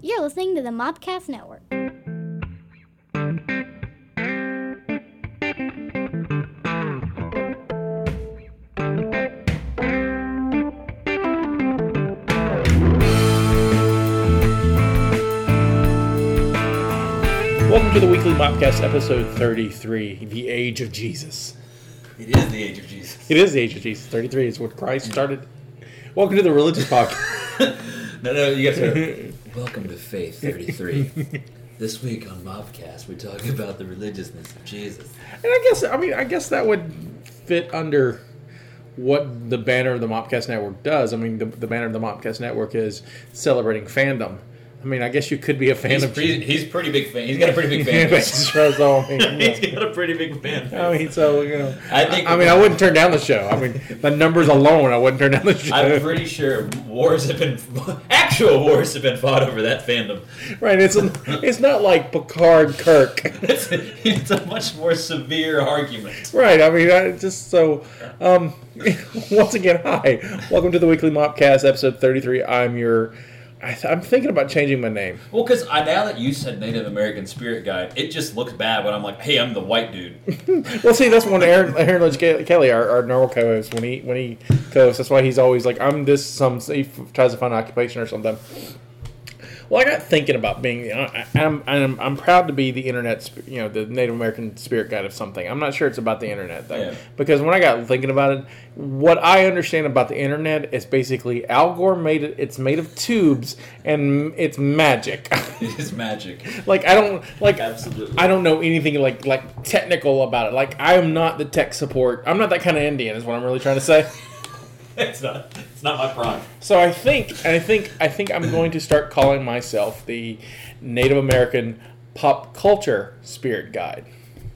You're listening to the Mobcast Network. Welcome to the weekly Mopcast, episode 33, The Age of Jesus. It is the age of Jesus. It is the Age of Jesus. 33 is what Christ started. Welcome to the religious podcast. No, no, you guys are. Welcome to Faith 33. this week on Mobcast, we talk about the religiousness of Jesus. and I guess, I mean, I guess that would fit under what the banner of the Mopcast Network does. I mean, the, the banner of the Mopcast Network is celebrating fandom. I mean, I guess you could be a fan He's, of pretty, Jesus. he's pretty big fan. He's got a pretty big fan base. That's all I mean, you know. he's got a pretty big fan base. I mean, so you know, I think- I mean, I wouldn't turn down the show. I mean, the numbers alone, I wouldn't turn down the show. I'm pretty sure wars have been actual wars have been fought over that fandom. right? It's it's not like Picard, Kirk. It's, it's a much more severe argument. Right. I mean, I, just so. Um, once again, hi. Welcome to the weekly Mopcast, episode thirty-three. I'm your. I th- I'm thinking about changing my name. Well, because now that you said Native American spirit guide, it just looks bad when I'm like, "Hey, I'm the white dude." Well, see, that's when Aaron Aaron Lynch Ke- Kelly, our, our normal co-host, when he when he co-hosts, that's why he's always like, I'm this some. He f- tries to find an occupation or something. Well, I got thinking about being. I, I'm, I'm I'm proud to be the internet, sp- you know, the Native American spirit guide of something. I'm not sure it's about the internet though, Yeah. because when I got thinking about it, what I understand about the internet is basically Al Gore made it. It's made of tubes and it's magic. It is magic. like I don't like Absolutely. I don't know anything like like technical about it. Like I am not the tech support. I'm not that kind of Indian. Is what I'm really trying to say. It's not. It's not my prime. So I think I think I think I'm going to start calling myself the Native American pop culture spirit guide.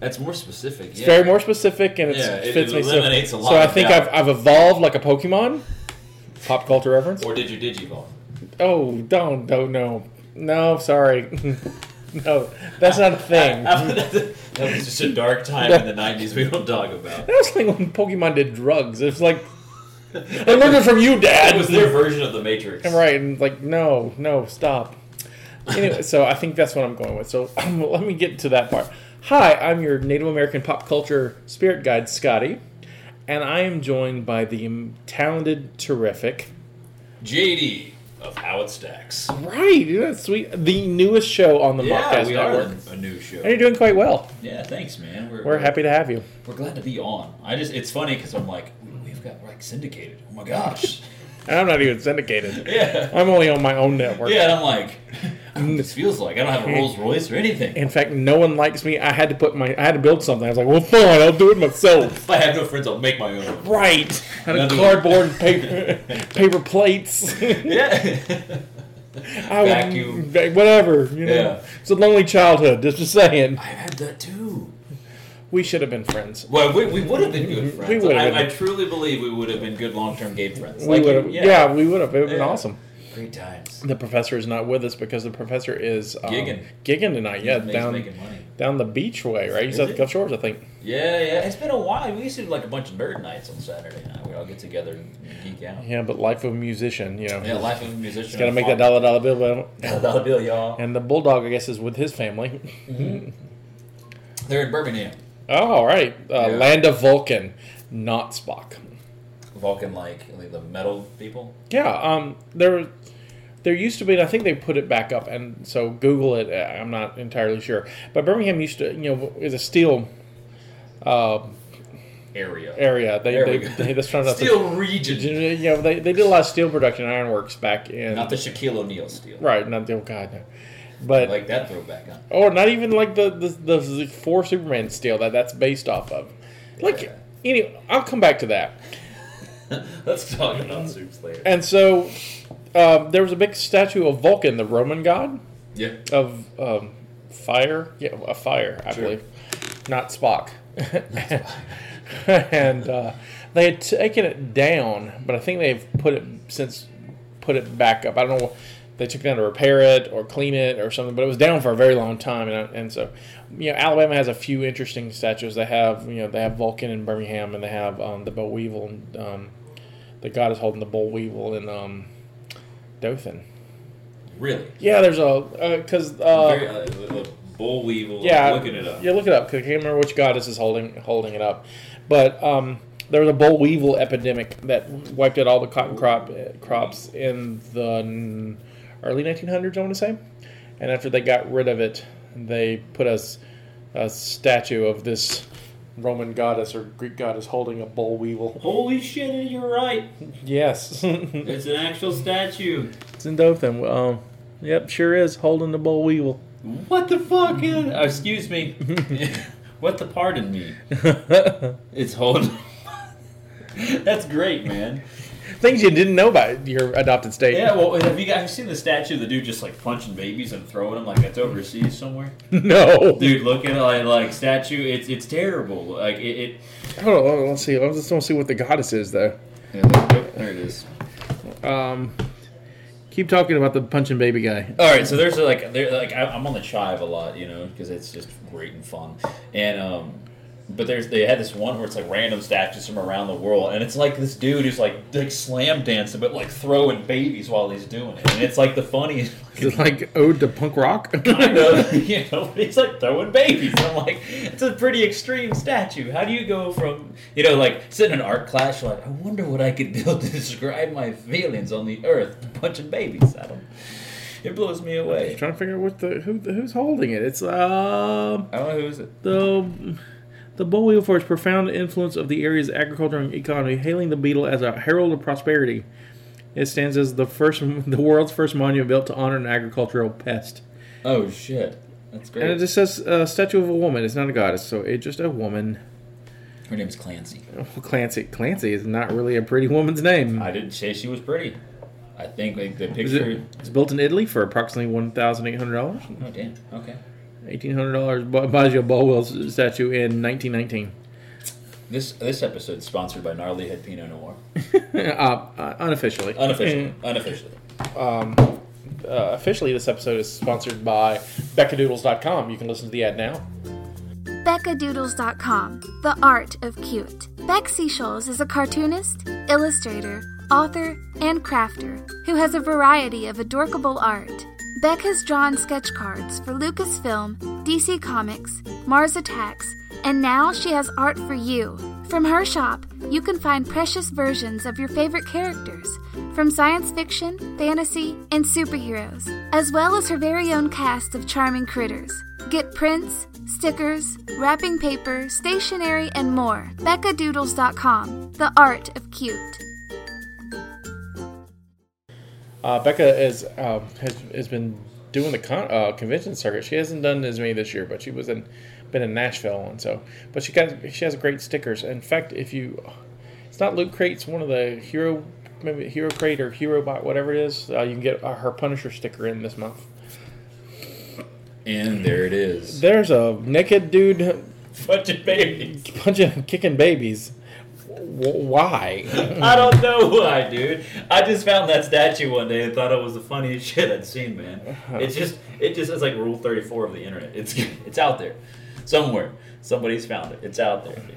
That's more specific. It's yeah. very more specific and it's, Yeah, it- fits it me. So- eliminates a so, lot I of think doubt. I've, I've evolved like a Pokemon. Pop culture reference. Or did you digivolve? Oh, don't don't no no. Sorry, no. That's not a thing. that was just a dark time in the '90s. We don't talk That about. was like when Pokemon did drugs. It was like, I learned it from you, Dad. That was their version of the Matrix. And right, and like, no, no, stop. Anyway, so I think that's what I'm going with. So let me get to that part. Hi, I'm your Native American pop culture spirit guide, Scotty, and I am joined by the m- talented, terrific, JD of How It Stacks. right? Isn't that sweet? The newest show on the Yeah, podcast we are network, in a new and show. you're doing quite well. Yeah, thanks, man. We're, We're happy to have you. We're glad to be on. I just it's funny because I'm like we've got we're like syndicated. Oh my gosh. And I'm not even syndicated. yeah. I'm only on my own network. Yeah, and I'm like, I don't know what this feels like I don't have a Rolls Royce or anything. In fact, no one likes me. I had to put my, I had to build something. I was like, well, fine, I'll do it myself. If I have no friends, I'll make my own. Right. Out of Another- cardboard and paper, paper plates. Yeah. I would- Vacuum. va- whatever. You know, Yeah. it's a lonely childhood. Just saying, I had that too. we should have been friends. Well, we, we would have been good friends. would have I, I been. truly believe we would have been good long term game friends. We would have. Yeah. yeah. we would have. It would have been Yeah. awesome. Great times. The professor is not with us because the professor is um, Gigging. gigging tonight. Yeah, He's down making money. down the beach way, right? He's Is at the it? Gulf Shores, I think. Yeah, yeah. It's been a while. We used to do like a bunch of nerd nights on Saturday night. We'd all get together and geek out. Yeah, Yeah, but life of a musician, you know, life of a musician. got to make that dollar dollar bill. but- dollar bill, y'all. And the bulldog, I guess, is with his family. They're in Birmingham. Oh, all right. Uh, Yeah. Land of Vulcan, not Spock. Vulcan, like, like the metal people. Yeah, um, there, there used to be, and I think they put it back up, and so Google it. uh, I'm not entirely sure, but Birmingham used to, you know, is a steel uh, Area. area. They, There they, we go. they that's turned out. to- Steel region. you know, they, they did a lot of steel production, and ironworks back in. Not the Shaquille O'Neal steel. right, not the oh god, no. but Like that throwback, huh? or not even like the the, the, the four Superman steel that that's based off of. Like, Yeah. anyway, I'll come back to that. Let's talk about soups later. And so um, there was a big statue of Vulcan, the Roman god Yeah. of um, fire. Yeah, a fire, I Sure. believe. Not Spock. and uh, they had taken it down, but I think they've put it since put it back up. I don't know. They took it down to repair it or clean it or something, but it was down for a very long time. And, I- and so, you know, Alabama has a few interesting statues. They have, you know, they have Vulcan in Birmingham, and they have um, the boll weevil. And, um, the god is holding the boll weevil in um, Dothan. Really? Yeah, there's a because uh, Very, uh, a- a bull weevil. yeah, Looking it up. Yeah, look it up because I can't remember which goddess is holding holding it up. But um, there was a boll weevil epidemic that wiped out all the cotton crop eh, crops in the n- early 1900s. I want to say, and after they got rid of it, they put a, s- a statue of this Roman goddess or Greek goddess holding a boll weevil. Holy shit, you're right. Yes, it's It's an actual statue. in Dothan. Um, yep, sure is holding the boll weevil. What the fuck is. oh, Hmm? excuse me. what the pardon me? It's holding. That's great, man. Things you didn't know about your adopted state. Yeah, well, have you guys have you seen the statue of the dude just like punching babies and throwing them like that's overseas somewhere? no. Dude, look at like like statue. It's it's terrible. Like it. it Hold on, hold on, let's see. I just don't see what the goddess is though. there it is. Um, keep talking about the punching baby guy. All right, so there's like there like I- I'm on the chive a lot, you know, because it's just great and fun. And um, but there's they had this one where it's like random statues from around the world, and it's like this dude who's like like slam dancing, but like throwing babies while he's doing it, and it's like the funniest. Is it like ode to punk rock? kind of, you know, but he's like throwing babies. I'm like, it's a pretty extreme statue. How do you go from, you know, like sitting in art class, you're like, I wonder what I could build to describe my feelings on the earth, punching babies. I don't, it blows me away. trying to figure out what the who who's holding it. It's um I don't know who is it. the the boll weevil for its profound influence of the area's agriculture and economy, hailing the beetle as a herald of prosperity. It stands as the first the world's first monument built to honor an agricultural pest. Oh shit, that's And it great. just says uh, statue of a woman. It's not a goddess, so it's just a woman. Her name's Clancy. Clancy Clancy is not really a pretty woman's name. I didn't say she was pretty. I think like the Is picture. it, it's built in Italy for approximately one thousand eight hundred dollars. Oh damn. Okay. Eighteen hundred dollars buys you a Baldwell statue in nineteen nineteen. This this episode's sponsored by Gnarly Head Pinot Noir. Uh, unofficially, Unofficially, unofficially. Uh, officially, this episode is sponsored by BeccaDoodles.com. You can listen to the ad now. BeccaDoodles.com, the art of cute. Beck Seashoals is a cartoonist, illustrator, author, and crafter who has a variety of adorkable art. Beck has drawn sketch cards for Lucasfilm, DC Comics, Mars Attacks, and now she has art for you. From her shop, you can find precious versions of your favorite characters, from science fiction, fantasy, and superheroes, as well as her very own cast of charming critters. Get prints, stickers, wrapping paper, stationery, and more. BeccaDoodles.com, the art of cute. Uh, Becca is uh, has, has been doing the con- uh, convention circuit. She hasn't done as many this year, but she was in been in Nashville and so. But she got she has great stickers. In fact, if you, it's not Loot Crate, it's one of the hero maybe Hero Crate or Hero Bot, whatever it is. Uh, you can get uh, her Punisher sticker in this month. And there it is. There's a naked dude Punching babies. punching kicking babies. W- why? I don't know why, dude. I just found that statue one day and thought it was the funniest shit I'd seen, man. It's just, it just is like Rule Thirty Four of the internet. It's, it's out there, somewhere. Somebody's found it. It's out there, dude.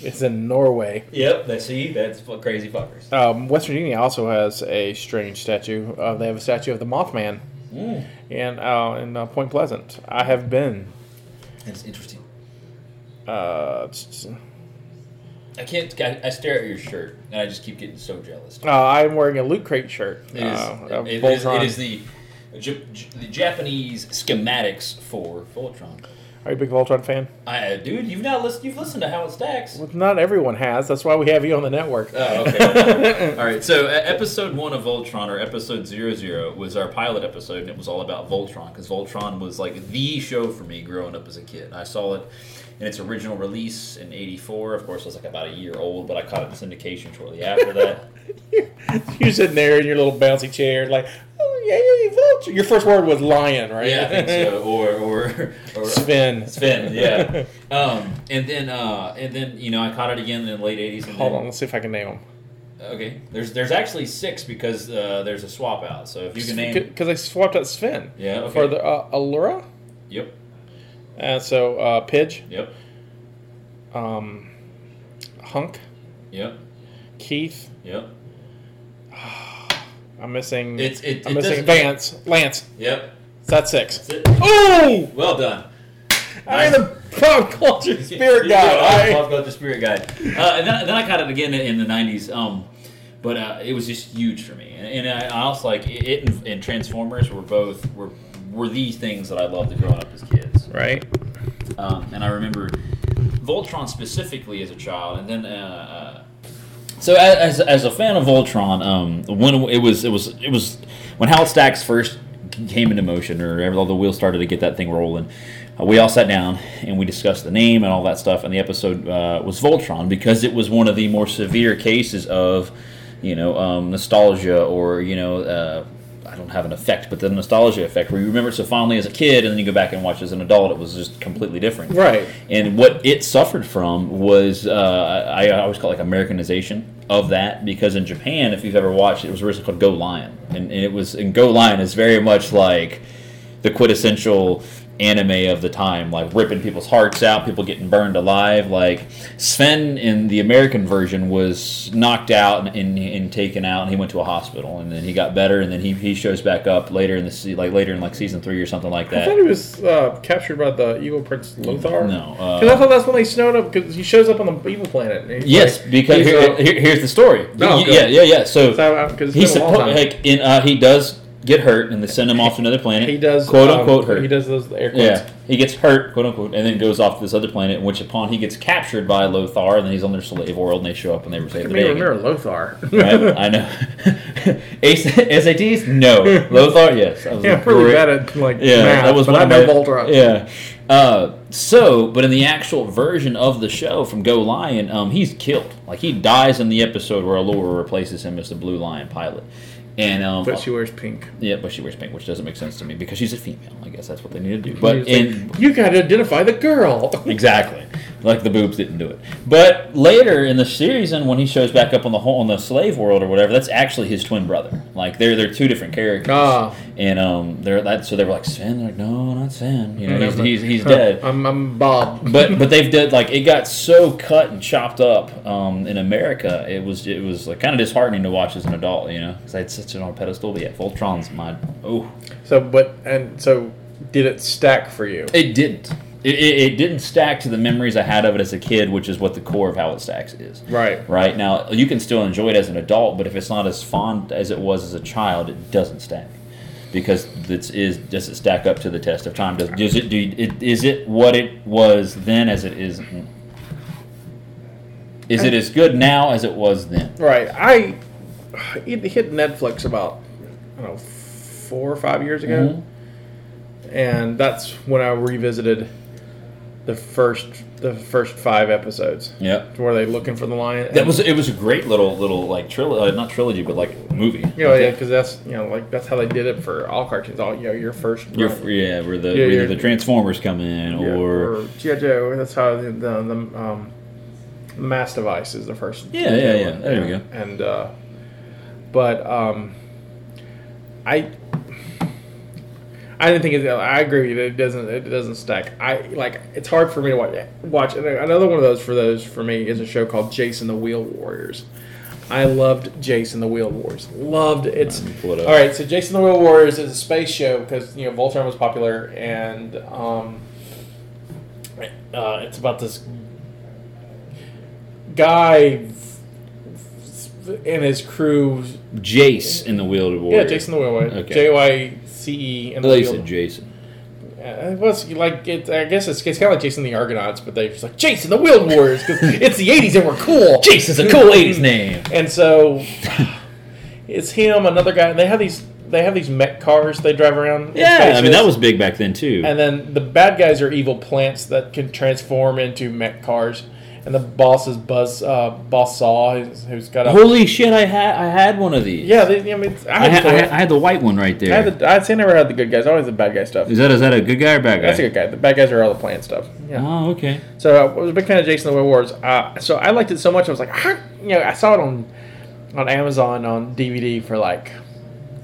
It's in Norway. Yep. That see, that's fu- crazy fuckers. Um, West Virginia also has a strange statue. Uh, they have a statue of the Mothman, Mm. and uh, in uh, Point Pleasant. I have been. That's interesting. Uh, s- I can't. I, I stare at your shirt and I just keep getting so jealous. uh, I'm wearing a Loot Crate shirt. It is, uh, of it, is, Voltron. it is the, J- J- the Japanese schematics for Voltron. Are you a big Voltron fan? I, uh, dude, you've not listened. You've listened to how it stacks. Well, not everyone has. That's why we have you on the network. Oh, okay. all right. So, uh, episode one of Voltron, or episode zero zero, was our pilot episode, and it was all about Voltron because Voltron was like the show for me growing up as a kid. I saw it in its original release in '84. Of course, I was like about a year old, but I caught it in syndication shortly after that. You're sitting there in your little bouncy chair, like, oh, yeah, Voltron. Your first word was lion, right? yeah, I think so. Or, or, or Spin. Sven, yeah. Um, and then, uh, and then you know, I caught it again in the late '80s. And Hold then, on, let's see if I can name them. Okay. There's there's actually six because uh, there's a swap out. So if you can name, because I swapped out Sven yeah, okay. for the uh, Allura, yep, and so uh, Pidge, yep, um, Hunk, yep, Keith. yep. I'm missing. It's- it- I'm it missing doesn't- Vance. Lance. Yep. That's six. That's it. Oh, Well done. I'm the pop culture spirit Yeah, guy. I'll, I'll go with the spirit guide. Uh, and then, then I caught it again in the '90s. Um, but uh, it was just huge for me, and, and I, I also like it. it And, and Transformers were both were were the things that I loved growing up as kids. Right. Um, and I remember Voltron specifically as a child, and then. Uh, uh, so a- as, as a fan of Voltron, um, when it was it was it was when Howard Stacks first came into motion, or ever the wheels started to get that thing rolling, uh, we all sat down and we discussed the name and all that stuff. And the episode uh, was Voltron because it was one of the more severe cases of, you know, um, nostalgia or you know. Uh, I don't have an effect, but the nostalgia effect, where you remember it so fondly as a kid, and then you go back and watch it as an adult, it was just completely different. Right. And what it suffered from was uh, I, I always call it like Americanization of that because in Japan, if you've ever watched, it was originally called Go Lion, and, and it was and Go Lion is very much like the quintessential anime of the time, like ripping people's hearts out, people getting burned alive. Like Sven in the American version was knocked out and, and, and taken out, and he went to a hospital, and then he got better, and then he, he shows back up later in the se- like later in like season three or something like I thought that. he was uh, captured by the evil prince Lothar. No, uh, Because I thought that's when they snowed up. Because he shows up on the evil planet. and he's Yes, like- because he's, here, uh, here- here's the story. No, Y- go. yeah, yeah, yeah. So, So, uh, 'cause it's he's been a long suppo- time. like in, uh, he does get hurt, and they send him off to another planet. he does quote um, unquote hurt. He does those air quotes. Yeah, he gets hurt, quote unquote, and then goes off to this other planet, in which upon he gets captured by Lothar, and then he's on their slave world, and they show up and they save I the mean, day. again. remember Lothar? Right? I know. Ace- SATs? No. Lothar? Yes. I was yeah, a I'm really great- bad at like yeah, math, that was but one I of know my- Voltron. Yeah. Uh, so, but in the actual version of the show from Go Lion, um, he's killed. Like he dies in the episode where Allura replaces him as the Blue Lion pilot. And um, But she wears pink. yeah, but she wears pink, which doesn't make sense to me because she's a female. I guess that's what they need to do. He's But like, in you got to identify the girl. Exactly. Like the boobs didn't do it. But later in the series, and when he shows back up on the whole on the slave world or whatever, that's actually his twin brother. Like they're they're two different characters. Ah. And um, they're that so they were like Sven. They're like, no, not Sven. You know, And I he's, was like, he's, he's huh, dead. I'm, I'm Bob. But but they've did like it got so cut and chopped up um, in America. It was it was like kind of disheartening to watch as an adult. You know, because I had such an on a pedestal. But yeah, Voltron's my oh. So, but and so, did it stack for you? It didn't. It, it, it didn't stack to the memories I had of it as a kid, which is what the core of how it stacks is. Right. Right. Now, you can still enjoy it as an adult, but if it's not as fond as it was as a child, it doesn't stack. Because this is does it stack up to the test of time? Does, does it do? you- It, is it what it was then as it is? n- Is it as good now as it was then? Right. I it hit Netflix about I don't know four or five years ago, Mm-hmm. and that's when I revisited the first the first five episodes. Yep. Where they looking for the lion? That was it. Was a great little little like trilogy, uh, not trilogy, but like movie. you know, yeah, because that's you know like that's how they did it for all cartoons. All you know, your first Your, run. yeah, where the Yeah, where yeah. either the Transformers come in, Yeah, or, or GI Joe. That's how the the, the um, mass device is the first. Yeah, yeah, yeah. There we go. And uh, but um, I I didn't think it. I agree with you. It doesn't. It doesn't stack. I like. It's hard for me to watch. Watch another one of those for those for me is a show called Jason the Wheel Warriors. I loved Jason the Wheel Wars. Loved it's. Let me pull it up. all right, so Jason the Wheel Warriors is a space show because you know Voltron was popular, and um, uh, it's about this guy and his crew. Jace in the Wielded Warrior. Yeah, Jason the Wheel Warriors. Okay. J Y C E and I the thought you Wheel- said Jason. uh, it was like it, I guess it's, it's kind of like Jason the Argonauts, but they're just like Jason the Wheel Warriors because it's the '80s and we're cool. Jason's a cool 80s name. And so it's him, another guy. And they have these they have these mech cars they drive around. in Yeah, I mean, spaces. that was big back then, too. And then the bad guys are evil plants that can transform into mech cars. And the boss is Buzz uh, Boss Saw, who's, who's got a Holy shit, I had I had one of these. yeah. They, I mean, it's- I I had, had, the- I had, I had the white one right I there. had the, I'd say I never had the good guys. Always the bad guy stuff. is that is that a good guy or bad guy? That's a good guy. The bad guys are all the plant stuff. Yeah. Oh, okay. So I was a big fan of Jason the Wheel Wars. Uh, so I liked it so much. I was like, ah, you know, I saw it on on Amazon on DVD for like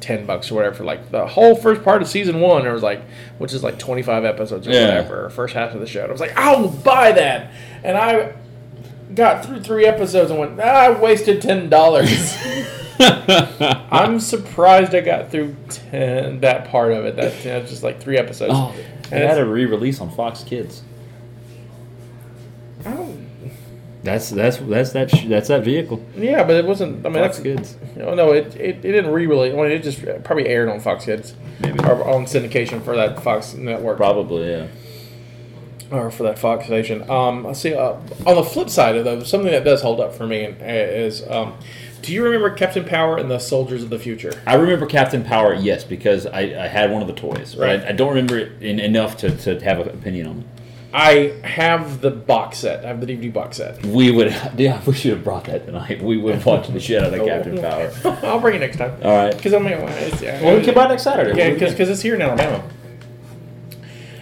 ten bucks or whatever. For like the whole first part of season one, it was like, which is like twenty five episodes or Yeah. whatever, or first half of the show. And I was like, I will buy that, and I got through three episodes and went, ah, I wasted ten dollars. I'm surprised I got through ten, that part of it. That that's just like three episodes. Oh, they And had it's- a re-release on Fox Kids. I don't- That's that's that's that sh- that's that vehicle. yeah, but it wasn't. I mean, Fox that's Kids. No, no, it, it, it didn't re-release. Well, it just probably aired on Fox Kids, Maybe. or on syndication for that Fox network, Probably, yeah. or for that Fox station. Um, I see. Uh, on the flip side of though, something that does hold up for me and, uh, is, um, do you remember Captain Power and the Soldiers of the Future? I remember Captain Power, yes, because I, I had one of the toys. but Right. I, I don't remember it in, enough to, to have an opinion on it. I have the box set. I have the DVD box set. We would, yeah, we should have brought that tonight. We would watch the shit out of Captain Power. I'll bring it next time. All right. Because I'm like, well, it's, yeah. Well, we can buy it next Saturday. Yeah, because it's here in Alabama.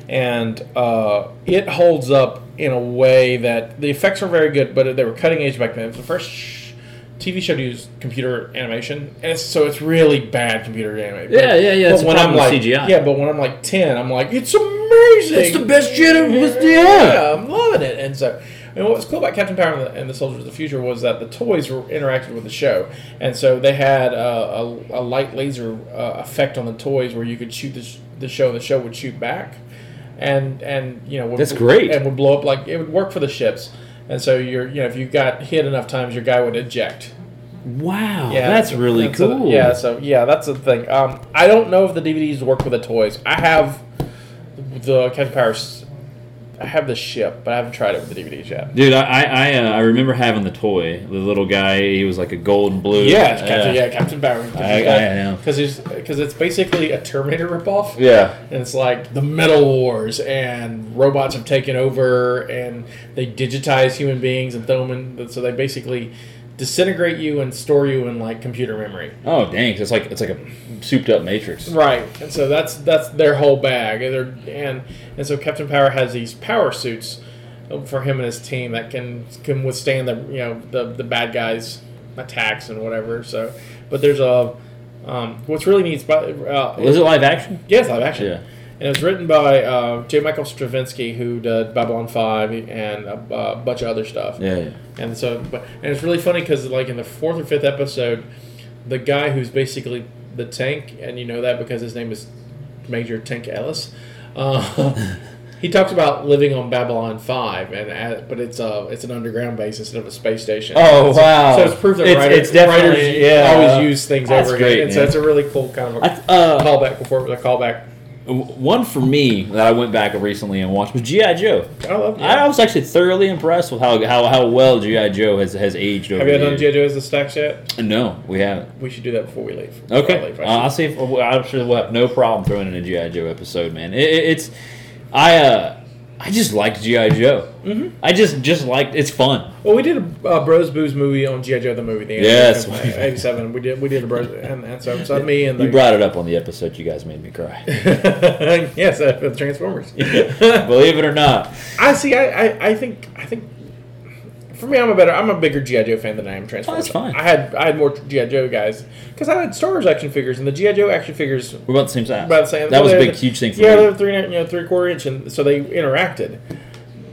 And uh, it holds up in a way that the effects were very good, but they were cutting edge back then. It's the first sh- TV show to use computer animation, and it's, so it's really bad computer animation. Yeah, yeah, yeah, it's a problem with like, CGI. yeah, but when I'm like ten, I'm like, it's amazing. It's the best shit ever. It's- yeah. yeah, I'm loving it. And so, and what was cool about Captain Power and the, and the Soldiers of the Future was that the toys were interacted with the show, and so they had uh, a, a light laser uh, effect on the toys where you could shoot the, sh- the show, and the show would shoot back, and and you know would, That's great. and would blow up like it would work for the ships, and so you're you know if you got hit enough times, your guy would eject. Wow, that's really that's a- cool. yeah, so yeah, that's the thing. Um, I don't know if the DVDs work with the toys. I have the Captain Power. s- I have the ship, but I haven't tried it with the DVDs yet. Dude, I I, I, uh, I remember having the toy, the little guy. He was like a gold and blue. Yeah, it's Captain, yeah. Captain Power. I- I know. because it's because it's basically a Terminator ripoff. yeah. And it's like the Metal Wars, and robots have taken over, and they digitize human beings and throw them in. So they basically disintegrate you and store you in like computer memory. Oh dang, it's like it's like a souped up Matrix. Right, and so that's that's their whole bag, and they're, and and so Captain Power has these power suits uh, for him and his team that can can withstand the you know the the bad guys attacks and whatever. So, but there's a um, what's really neat is by uh, Was it live action? yes, I've actually. Yeah. And it was written by uh, J. Michael Stravinsky, who did Babylon Five and a, a bunch of other stuff. Yeah. yeah. And so, but and it's really funny because like in the fourth or fifth episode, the guy who's basically the tank, and you know that because his name is Major Tank Ellis. Uh, he talks about living on Babylon Five, and uh, but it's a it's an underground base instead of a space station. Oh, wow. So it's proof that It's- writers, it's definitely- writers yeah. always use things That's over great, again, and so man. it's a really cool kind of a I th- uh, callback before it was a callback. w- one for me that I went back recently and watched was GI Joe. I love. I was actually thoroughly impressed with how how, how well GI Joe has, has aged over Have you the done years. G.I. Joe as the stacks yet? No, we haven't. We should do that before we leave. Before I Okay, leave, uh, I I'll see. If, I'm sure we'll have no problem throwing in a GI Joe episode, man. It, it- it's I uh, I just like GI Joe. Mm-hmm. I just just like it's fun. Well, we did a uh, Bros Booze movie on GI Joe the movie. The Yes. eighty-seven. We did we did a Bros and, and so, so me and the You brought it up on the episode. You guys made me cry. yes, uh, the Transformers. Believe it or not. I see. I, I, I think I think for me, I'm a better. I'm a bigger GI Joe fan than I am Transformers. Oh, that's fine. I had I had more GI Joe guys because I had Star Wars action figures and the GI Joe action figures. We're about the same size. About the same. that was a they're- big, huge thing for yeah, me. they're three you know three quarter inch, and so they interacted.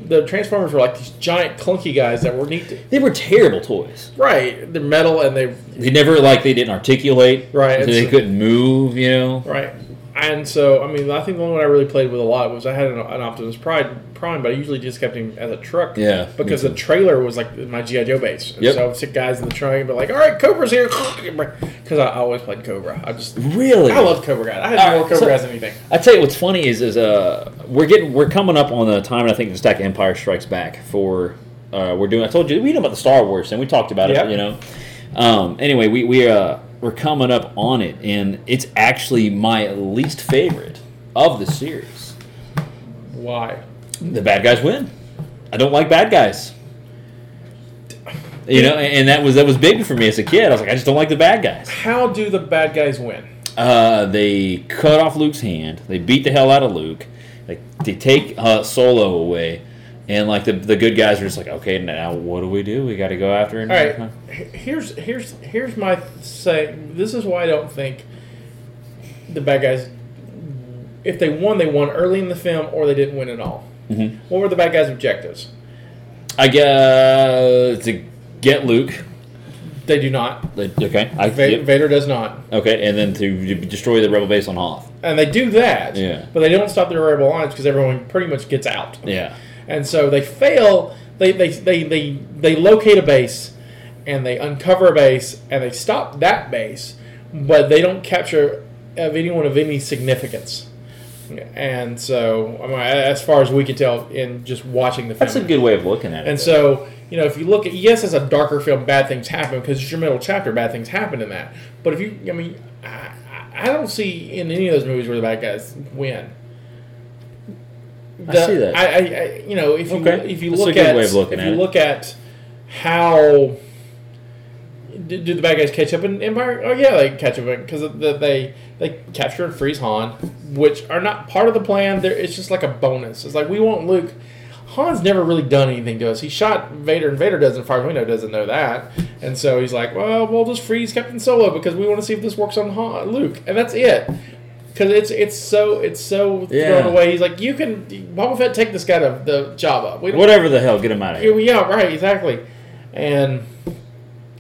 The Transformers were like these giant clunky guys that were neat. To, They were terrible toys. right, they're metal and they They never like they didn't articulate. Right, so it's they a- couldn't move. You know. Right. And so, I mean, I think the only one I really played with a lot was I had an, an Optimus Pride Prime, but I usually just kept him as a truck. Yeah, me Because too. the trailer was like my GI Joe base. And Yep. So I would sit guys in the trunk and be like, "All right, Cobra's here," because I always played Cobra. I just Really. I love Cobra Guy. I had All right, more Cobra so- Guys than anything. I tell you what's funny is is uh we're getting we're coming up on the time and I think the stack of Empire Strikes Back for uh we're doing I told you we know about the Star Wars and we talked about Yep. it you know um anyway we we uh we're coming up on it and it's actually my least favorite of the series Why? the bad guys win I don't like bad guys you know and and that was that was big for me as a kid I was like I just don't like the bad guys How do the bad guys win? uh, they cut off Luke's hand. They beat the hell out of Luke. They, they take uh, Solo away, and like the the good guys are just like, okay, now what do we do? We got to go after him. All right. h- Here's here's here's my say. This is why I don't think the bad guys. If they won, they won early in the film, or they didn't win at all. Mm-hmm. What were the bad guys' objectives? I guess to get Luke. They do not. They- Okay, I Va- yep. Vader does not. okay, and then to d- destroy the rebel base on Hoth. And they do that. Yeah. But they don't stop their rebel alliance because everyone pretty much gets out. Yeah, And so they fail. They, they, they, they, they locate a base and they uncover a base and they stop that base, but they don't capture of anyone of any significance. And so, I mean, as far as we can tell in just watching the film. that's a good way of looking at it. And so, you know, if you look at yes, it's a darker film. Bad things happen because it's your middle chapter. Bad things happen in that. But if you, I mean, I, I- I don't see in any of those movies where the bad guys win. I The- see that. I, I, I you know, if you Okay. if you That's a look good at way of looking if at you it. look at how did, did the bad guys catch up in Empire? Oh yeah, they catch up because they they capture and freeze Han, which are not part of the plan. They're, it's just like a bonus. It's like we want Luke. Han's never really done anything to us. He shot Vader, and Vader doesn't. Far as we know, doesn't know that. And so he's like, well, we'll just freeze Captain Solo because we want to see if this works on Han, Luke, and that's it. Because it's it's so it's so Yeah. thrown away. He's like, you can Boba Fett take this guy to the Java. We don't Whatever the hell, get him out of here. yeah, yeah, right, exactly. And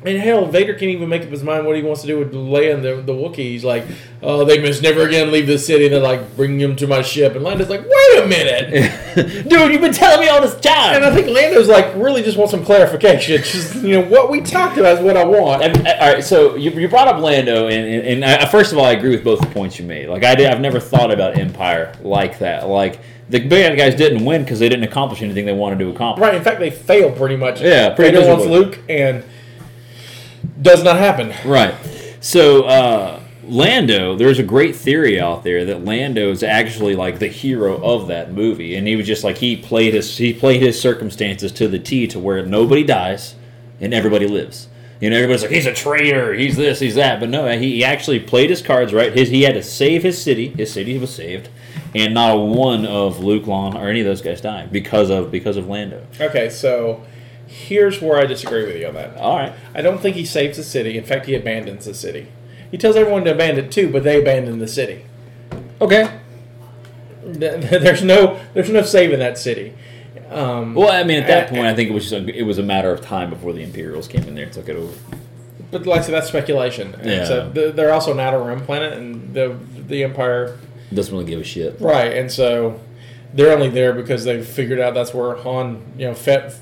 and hell, Vader can't even make up his mind what he wants to do with Leia and the, the Wookiee. He's like, oh, they must never again leave this city. They're like, bring him to my ship. And Lando's like, wait a minute. Dude, you've been telling me all this and time. I think Lando's like, really just wants some clarification. Just, you know, what we talked about is what I want. I've- I- all right, so you, you brought up Lando, and, and, and I, first of all, I agree with both the points you made. Like I did, I've never thought about Empire like that. Like the bad guys didn't win because they didn't accomplish anything they wanted to accomplish. Right, in fact, they fail pretty much. Yeah, pretty Vader wants miserably. Luke and does not happen. Right. So uh, Lando, there's a great theory out there that Lando is actually like the hero of that movie, and he was just like he played his he played his circumstances to the T to where nobody dies and everybody lives. You know, everybody's like he's a traitor, he's this, he's that, but no, he, he actually played his cards right. His he had to save his city, his city was saved, and not one of Luke Long or any of those guys died because of because of Lando. Okay, so here's where I disagree with you on that. All right, I don't think he saves the city. In fact, he abandons the city. He tells everyone to abandon it too, but they abandon the city. okay. Th- There's no, there's no saving that city. Um, Well, I mean, at that Uh, point, I think it was just a, it was a matter of time before the Imperials came in there and took it over. but like I said, that's speculation. And Yeah. So th- they're also an outer rim planet, and the the Empire, Doesn't really give a shit. right? And so they're only there because they figured out that's where Han, you know, Fett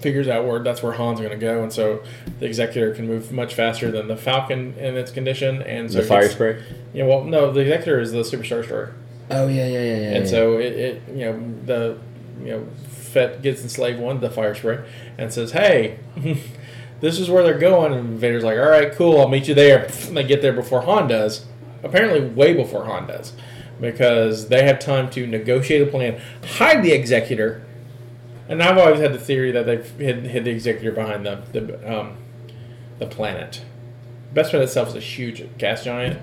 figures out where that's where Han's going to go, and so the Executor can move much faster than the Falcon in its condition, and so The fire it's- spray. Yeah, well, no, the Executor is the Superstar Destroyer. Oh yeah, yeah, yeah, yeah. And so it, it, you know, the, you know, Fett gets enslaved one, the fire spray, and says, hey, this is where they're going. And Vader's like, all right, cool, I'll meet you there. And they get there before Han does. Apparently, way before Han does. Because they have time to negotiate a plan, hide the executor. And I've always had the theory that they've hid, hid the executor behind the, the, um, the planet. Bestman itself is a huge gas giant.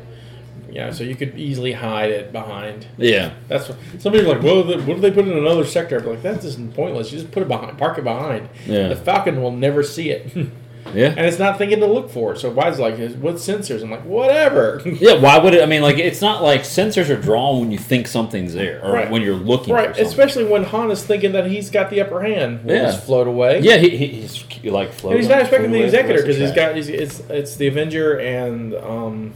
Yeah, so you could easily hide it behind yeah, that's what, some people are like. Well, the, what do they put in another sector? I'm like, that's just pointless. You just put it behind, park it behind. Yeah. The Falcon will never see it, and yeah, it's not thinking to look for it. So why is like, what sensors? I'm like, whatever. yeah. Why would it? I mean, like, it's not like sensors are drawn when you think something's there or Right. when you're looking. for right, something. especially when Han is thinking that he's got the upper hand. We'll Yeah. just float away. Yeah, he, he, he's like And floating. he's not expecting the floating away Executor for because us to he's track. got he's, it's it's the Avenger and um,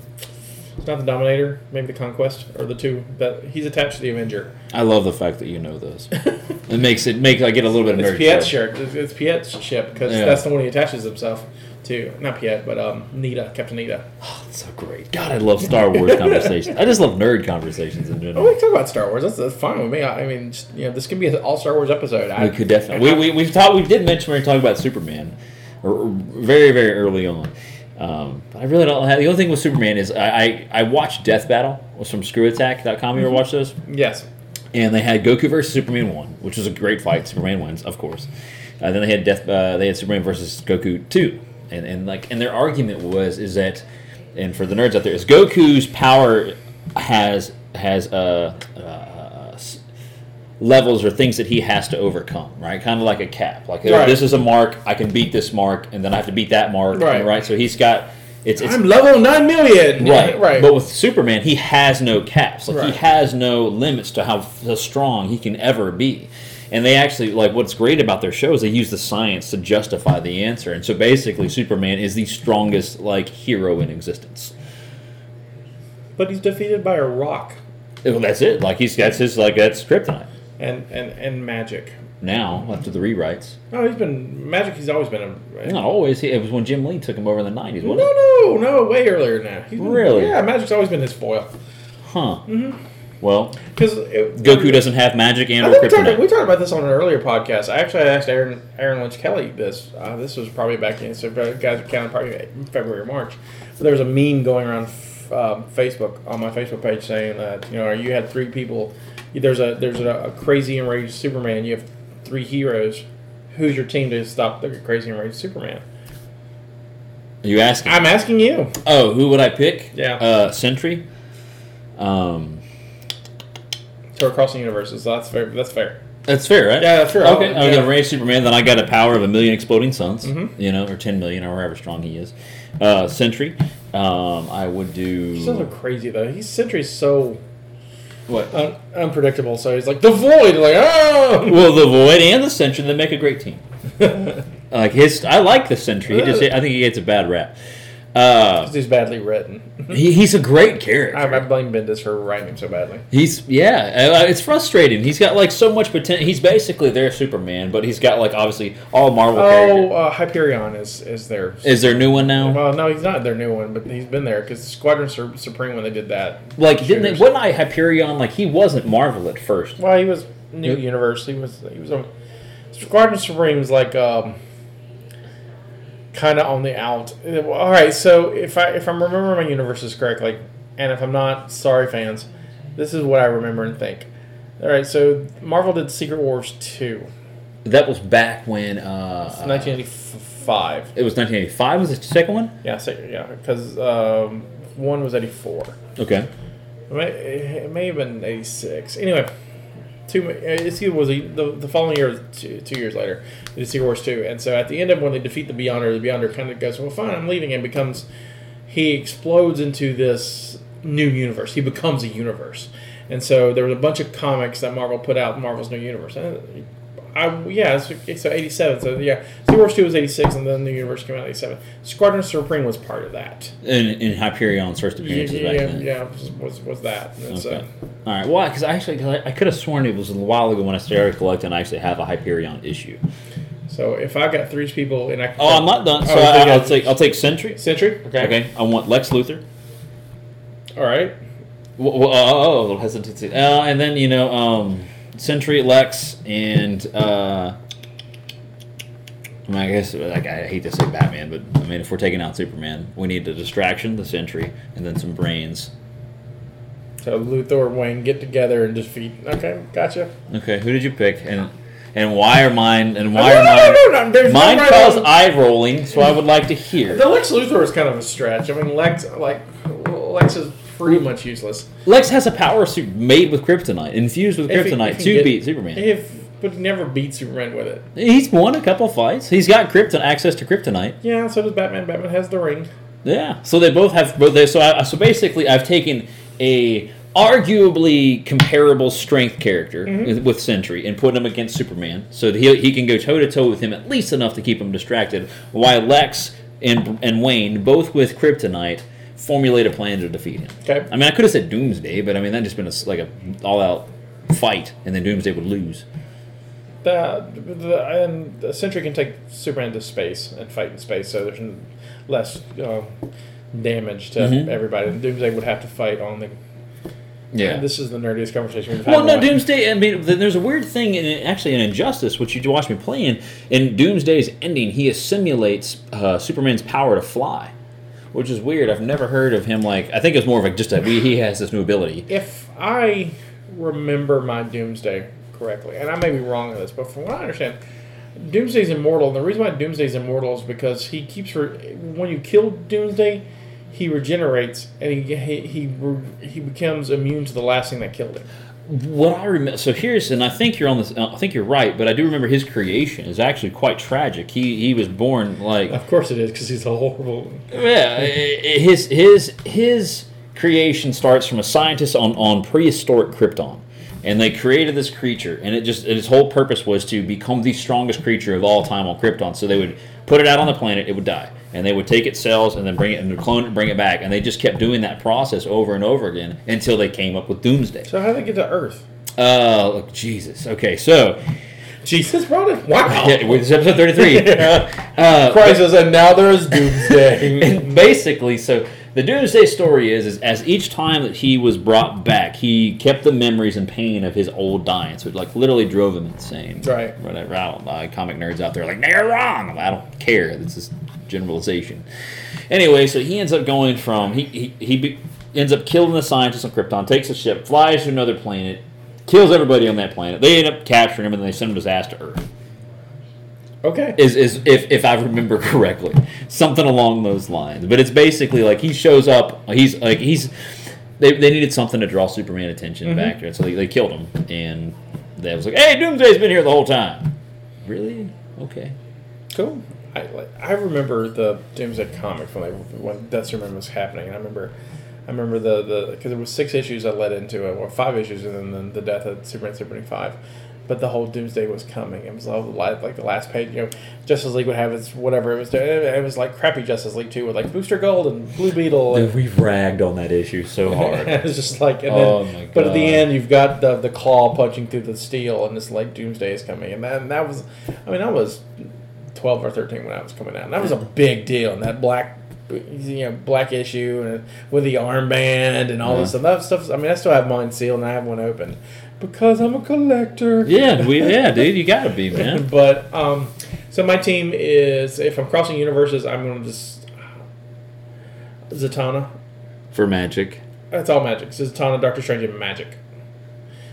it's not the Dominator, maybe the Conquest or the two that he's attached to the Avenger. I love the fact that you know those. it makes it make I get a little bit of It's nerd Piet's cred. shirt. It's, it's Piet's ship because Yeah. that's the one he attaches himself to. Not Piet, but um, Nita, Captain Nita. It's so great. God, I love Star Wars conversations. I just love nerd conversations in Oh, we general. can talk about Star Wars. That's, that's fine with me. I, I mean, just, you know, this could be an all Star Wars episode. I, We could definitely. We, we, we've talked. We did mention we were talking about Superman, or, or very very early on. Um, but I really don't have. The only thing with Superman is I I, I watched Death Battle was from ScrewAttack.com. You ever watch those? Yes. And they had Goku versus Superman one, which was a great fight. Superman wins, of course. Uh, then they had Death. Uh, they had Superman versus Goku two, and and like and their argument was is that, and for the nerds out there, is Goku's power has has uh, uh, s- levels or things that he has to overcome, right? Kind of like a cap. Like uh, Right. this is a mark, I can beat this mark, and then I have to beat that mark, Right. right? So he's got it's, it's I'm level 9 million. Right, right. But with Superman, he has no caps. Like Right. he has no limits to how, how strong he can ever be. And they actually like what's great about their show is they use the science to justify the answer. And so basically, Superman is the strongest like hero in existence. But he's defeated by a rock Well, that's it. Like he's that's his like that's kryptonite. and and and magic. Now after the rewrites, No, he's been magic. He's always been a not always. It was when Jim Lee took him over in the nineties, No, wasn't it? no, no, way earlier now. He's been- Really? Yeah, magic's always been his foil. Huh. Well, Because Goku doesn't have magic and Mm-hmm. I or think we talked, we kryptonite. talked about this on an earlier podcast. I actually asked Aaron Aaron Lynch Kelly this. Uh, this was probably back in so guys were counting probably February or March. But there was a meme going around f- um, Facebook on my Facebook page saying that you know you had three people. There's a there's a, a crazy enraged Superman. You have three heroes. Who's your team to stop the crazy enraged Superman? Are you asking? I'm asking you. Oh, who would I pick? Yeah. Uh, Sentry. Um, So we're crossing universes. So that's fair. That's fair. that's fair, right? Yeah, that's fair. Okay, I'll- I'm yeah. Mm-hmm. gonna raise Superman. Then I got a power of a million exploding suns, you know, or ten million, or however strong he is. Uh, Sentry. Um, I would do He's also crazy though. He's Sentry's so what? un- unpredictable. So he's like the void. Like oh. Well, the Void and the Sentry they make a great team. like his, I like the Sentry. He just, I think he gets a bad rap. Uh, He's badly written. he, he's a great character. I, I blame Bendis for writing him so badly. He's yeah, uh, it's frustrating. He's got like so much potential. He's basically their Superman, but he's got like obviously all Marvel. Oh, characters. uh, Hyperion is is there? Is there a new one now? well, no, he's not their new one, but he's been there because Squadron Sur- Supreme when they did that. Like didn't they, wasn't I Hyperion? Like he wasn't Marvel at first. Well, he was New Universe. He was he was on Squadron Supreme was like um, kind of on the out. Uh, well, All right, so if I if I'm remembering my universes correctly, and if I'm not, sorry fans, this is what I remember and think. All right, so Marvel did Secret Wars two. That was back when uh, It's 1985. it was 1985. Was the second one? Yeah, so, yeah, because um, one was 84. Okay. It may, it may have been 86. Anyway, two. uh, It's it was a, the the following year, two, two years later, they did Secret Wars two, and so at the end of when they defeat the Beyonder, the Beyonder kind of goes, "Well, fine, I'm leaving," and becomes he explodes into this new universe. He becomes a universe, and so there was a bunch of comics that Marvel put out, Marvel's new universe. And uh, I, yeah, so, so 87. So, yeah, Secret Wars 2 was 86, and then the universe came out in 87. Squadron Supreme was part of that. And, and Hyperion's first Yeah, appearance was back yeah, then. was, was, was that. And so- Okay. All right. Well, because I actually, cause I, I could have sworn it was a while ago when I started collecting. I actually have a Hyperion issue. So if I've got three people and I Oh, I'm not done. So Oh, I, okay. I'll take I'll take Sentry. Sentry. Okay. Okay. I want Lex Luthor. All right. Well, well, oh, oh, a little hesitancy. Uh, and then you know, um, Sentry, Lex, and uh, I, mean, I guess like I hate to say Batman, but I mean, if we're taking out Superman, we need a distraction, the Sentry, and then some brains. So Luthor and Wayne get together and defeat. Okay, gotcha. Okay, who did you pick, and and why are mine and why no, are no, mine? no, no, no, there's no mine right caused one. eye rolling, so I would like to hear. The Lex Luthor is kind of a stretch. I mean, Lex like Lex is pretty much useless. Lex has a power suit made with kryptonite, infused with If he- kryptonite if he to get- beat Superman. If but he never beat Superman with it. He's won a couple fights. He's got krypton access to kryptonite. Yeah. So does Batman. Batman has the ring. Yeah. So they both have both. They, so I, so basically, I've taken a arguably comparable strength character with, with Sentry and put him against Superman, so that he he can go toe to toe with him at least enough to keep him distracted. While Lex and and Wayne, both with kryptonite, formulate a plan to defeat him. Okay. I mean, I could have said Doomsday, but I mean that just been a s like a all out fight, and then Doomsday would lose. The, the and the Sentry can take Superman to space and fight in space. So there's less uh, damage to everybody. Doomsday would have to fight on the. Yeah. This is the nerdiest conversation we've had. Well, in a no, while. Doomsday. I mean, th- there's a weird thing, in, actually, in Injustice, which you watch me playing. In Doomsday's ending, he simulates uh, Superman's power to fly, which is weird. I've never heard of him. Like, I think it's more of like just a he he has this new ability. if I remember my Doomsday correctly, and I may be wrong on this, but from what I understand, Doomsday's immortal. And the reason why Doomsday's immortal is because he keeps re- when you kill Doomsday, he regenerates and he he he, re- he becomes immune to the last thing that killed him. What I remember, so here's, and I think you're on this. I think you're right, but I do remember his creation is actually quite tragic. He he was born like Of course, it is because he's a horrible. Yeah, i- i- his his his creation starts from a scientist on, on prehistoric Krypton and they created this creature, and it just and its whole purpose was to become the strongest creature of all time on Krypton. So they would put it out on the planet, it would die, and they would take its cells and then bring it and clone it and bring it back, and they just kept doing that process over and over again until they came up with Doomsday. So how did they get to Earth? Uh, look, Jesus. Okay, so Jesus brought it. Wow. yeah, this is episode thirty-three. uh, Christ says, and now there is doomsday. and basically, so the Doomsday story is, is as each time that he was brought back, he kept the memories and pain of his old dying. So it like literally drove him insane. Right. Whatever. I don't, uh, comic nerds out there are like, they're wrong. I don't care. This is generalization. Anyway, so he ends up going from, he, he, he be, ends up killing the scientist on Krypton, takes a ship, flies to another planet, kills everybody on that planet. They end up capturing him and they send him his ass to Earth okay. is, is if, if I remember correctly, something along those lines. But it's basically like he shows up. He's like he's they, they needed something to draw Superman attention back there, so they, they killed him. And they was like, "Hey, Doomsday's been here the whole time." Really? Okay. Cool. I, like, I remember the Doomsday comic when, I, when Death Superman was happening, and I remember, I remember the the because it was six issues I led into it, or five issues, and then the, the death of Superman Superman five. But the whole Doomsday was coming. It was all the li- like the last page. You know, Justice League would have its whatever it was. doing. It it was like crappy Justice League too, with like Booster Gold and Blue Beetle. And, We've ragged on that issue so hard. it was just like, and Oh then, my but at the God. end, you've got the, the claw punching through the steel, and this like doomsday is coming, and that, and that was, I mean, I was twelve or thirteen when I was coming out, and that was a big deal, and that black, you know, black issue, and with the armband and all this stuff. That stuff, I mean, I still have mine sealed, and I have one open because I'm a collector. yeah, we yeah, dude, you gotta be man. But um, so my team is if I'm crossing universes, I'm gonna just uh, Zatanna. For magic, That's all magic. This is Tana, Doctor Strange, and magic.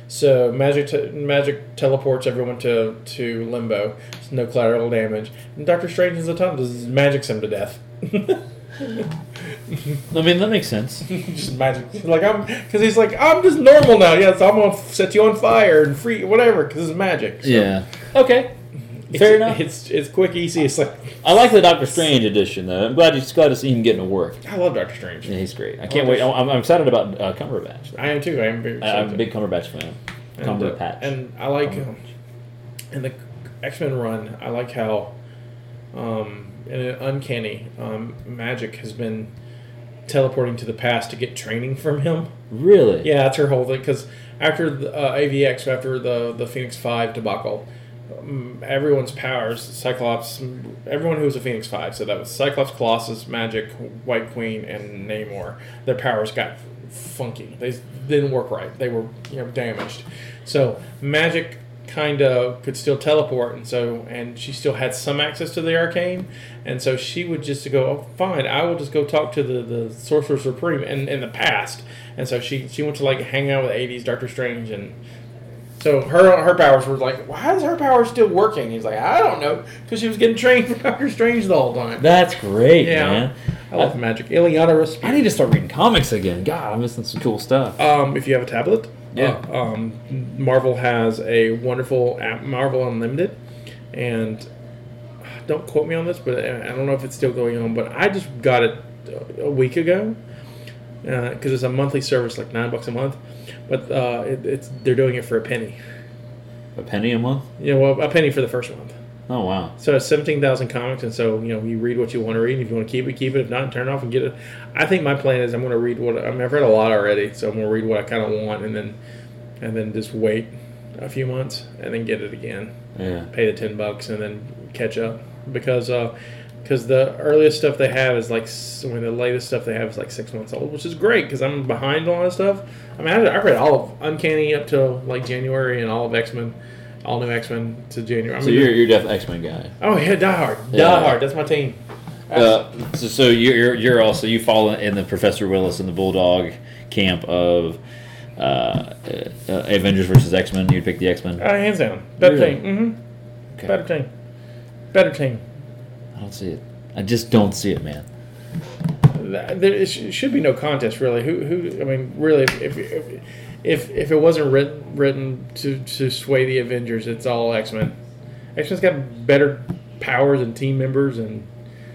So magic, te- magic teleports everyone to to limbo. There's no collateral damage. And Doctor Strange is a ton. Just magics him to death. I mean that makes sense. just magic. Like I'm, because he's like I'm just normal now. Yes, I'm gonna f- set you on fire and free whatever. Because it's magic. So Yeah. Okay. it's, Fair enough. It's it's quick, easy. It's like I like the Doctor Strange edition though. I'm glad you glad to see him getting to work. I love Doctor Strange. Yeah, he's great. I can't wait. I'm, I'm excited about uh, Cumberbatch. I am too. I am very. I, I'm a big Cumberbatch fan. And, uh, Cumberbatch. And I like um, in the X Men run. I like how um, in an uncanny um, magic has been teleporting to the past to get training from him. really? Yeah, that's her whole thing. Because after the, uh, AVX, after the the Phoenix Five debacle, um, everyone's powers, Cyclops, everyone who was a Phoenix Five, so that was Cyclops, Colossus, Magic, White Queen, and Namor. Their powers got funky. They didn't work right. They were you know damaged. So Magic kind of could still teleport and so and she still had some access to the arcane and so she would just go oh, fine i will just go talk to the the sorcerer supreme in, in the past and so she she went to like hang out with 80s doctor strange and so her her powers were like why is her power still working he's like i don't know because she was getting trained from doctor strange the whole time That's great, yeah man. i love magic ileana Rasputin. I need to start reading comics again. God, I'm missing some cool stuff. Um, if you have a tablet, Yeah. uh, um, Marvel has a wonderful app, Marvel Unlimited, and uh, don't quote me on this, but uh, I I don't know if it's still going on. But I just got it uh, a week ago because it's a monthly service, like nine bucks a month. But uh, it, it's they're doing it for a penny. a penny a month? You know, well, a penny for the first month. Oh wow. So it's seventeen thousand comics, and so you know you read what you want to read. And if you want to keep it, keep it. If not, turn it off and get it. I think my plan is I'm going to read what I mean, I've read a lot already, so I'm going to read what I kind of want, and then and then just wait a few months and then get it again, Yeah. pay the ten bucks, and then catch up because because the earliest stuff they have is like s- when the latest stuff they have is like six months old, which is great because I'm behind a lot of stuff. I mean, I, I read all of Uncanny up to like January and all of X Men, all new X Men to January. I So mean, you're you're definitely X Men guy. Oh yeah, Die Hard. Yeah. Die Hard. That's my team. Uh, so, so you're you're also you fall in the Professor Willis and the Bulldog camp of uh, uh, Avengers versus X Men. You'd pick the X Men. Uh, hands down, better Really? team. Mm-hmm. Okay. Better team. Better team. I don't see it. I just don't see it, man. Th- There it sh- should be no contest, really. Who? Who? I mean, really, if if if, if, if it wasn't writ- written to to sway the Avengers, it's all X Men. X Men's got better powers and team members, and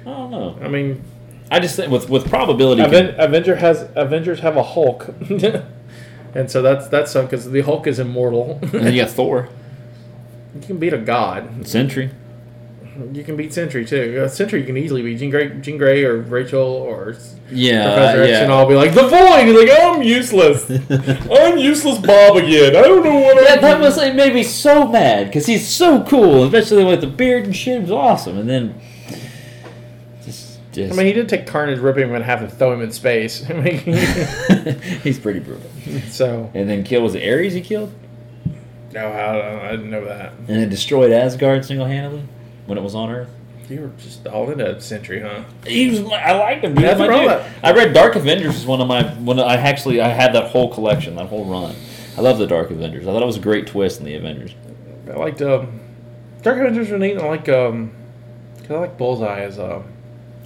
I don't know. I mean, I just think with with probability. Aven- Avenger has Avengers have a Hulk. And so that's that's something because the Hulk is immortal. And then you got Thor, you can beat a god. Sentry. You can beat Sentry too. Uh, Sentry you can easily beat Jean Grey, Jean Grey or Rachel or s- Yeah, Professor X, yeah. and I'll be like the Void. He's like I'm useless. I'm useless, Bob again. I don't know what. I'm That, that was it made me so mad because he's so cool, especially with the beard and shit. It was awesome, and then just, I just mean, he did take Carnage, rip him in half, and throw him in space. I mean, he's pretty brutal. so And then kill was it Ares he killed, no, I, don't, I didn't know that. and then destroyed Asgard single handedly when it was on Earth. You were just all into Sentry, huh? He was, my- I liked him. He was Nothing my wrong dude. with it. I read Dark Avengers was one of my when I actually I had that whole collection, that whole run. I love the Dark Avengers. I thought it was a great twist in the Avengers. I liked um, Dark Avengers were neat. and I like um, 'cause I like Bullseye as um,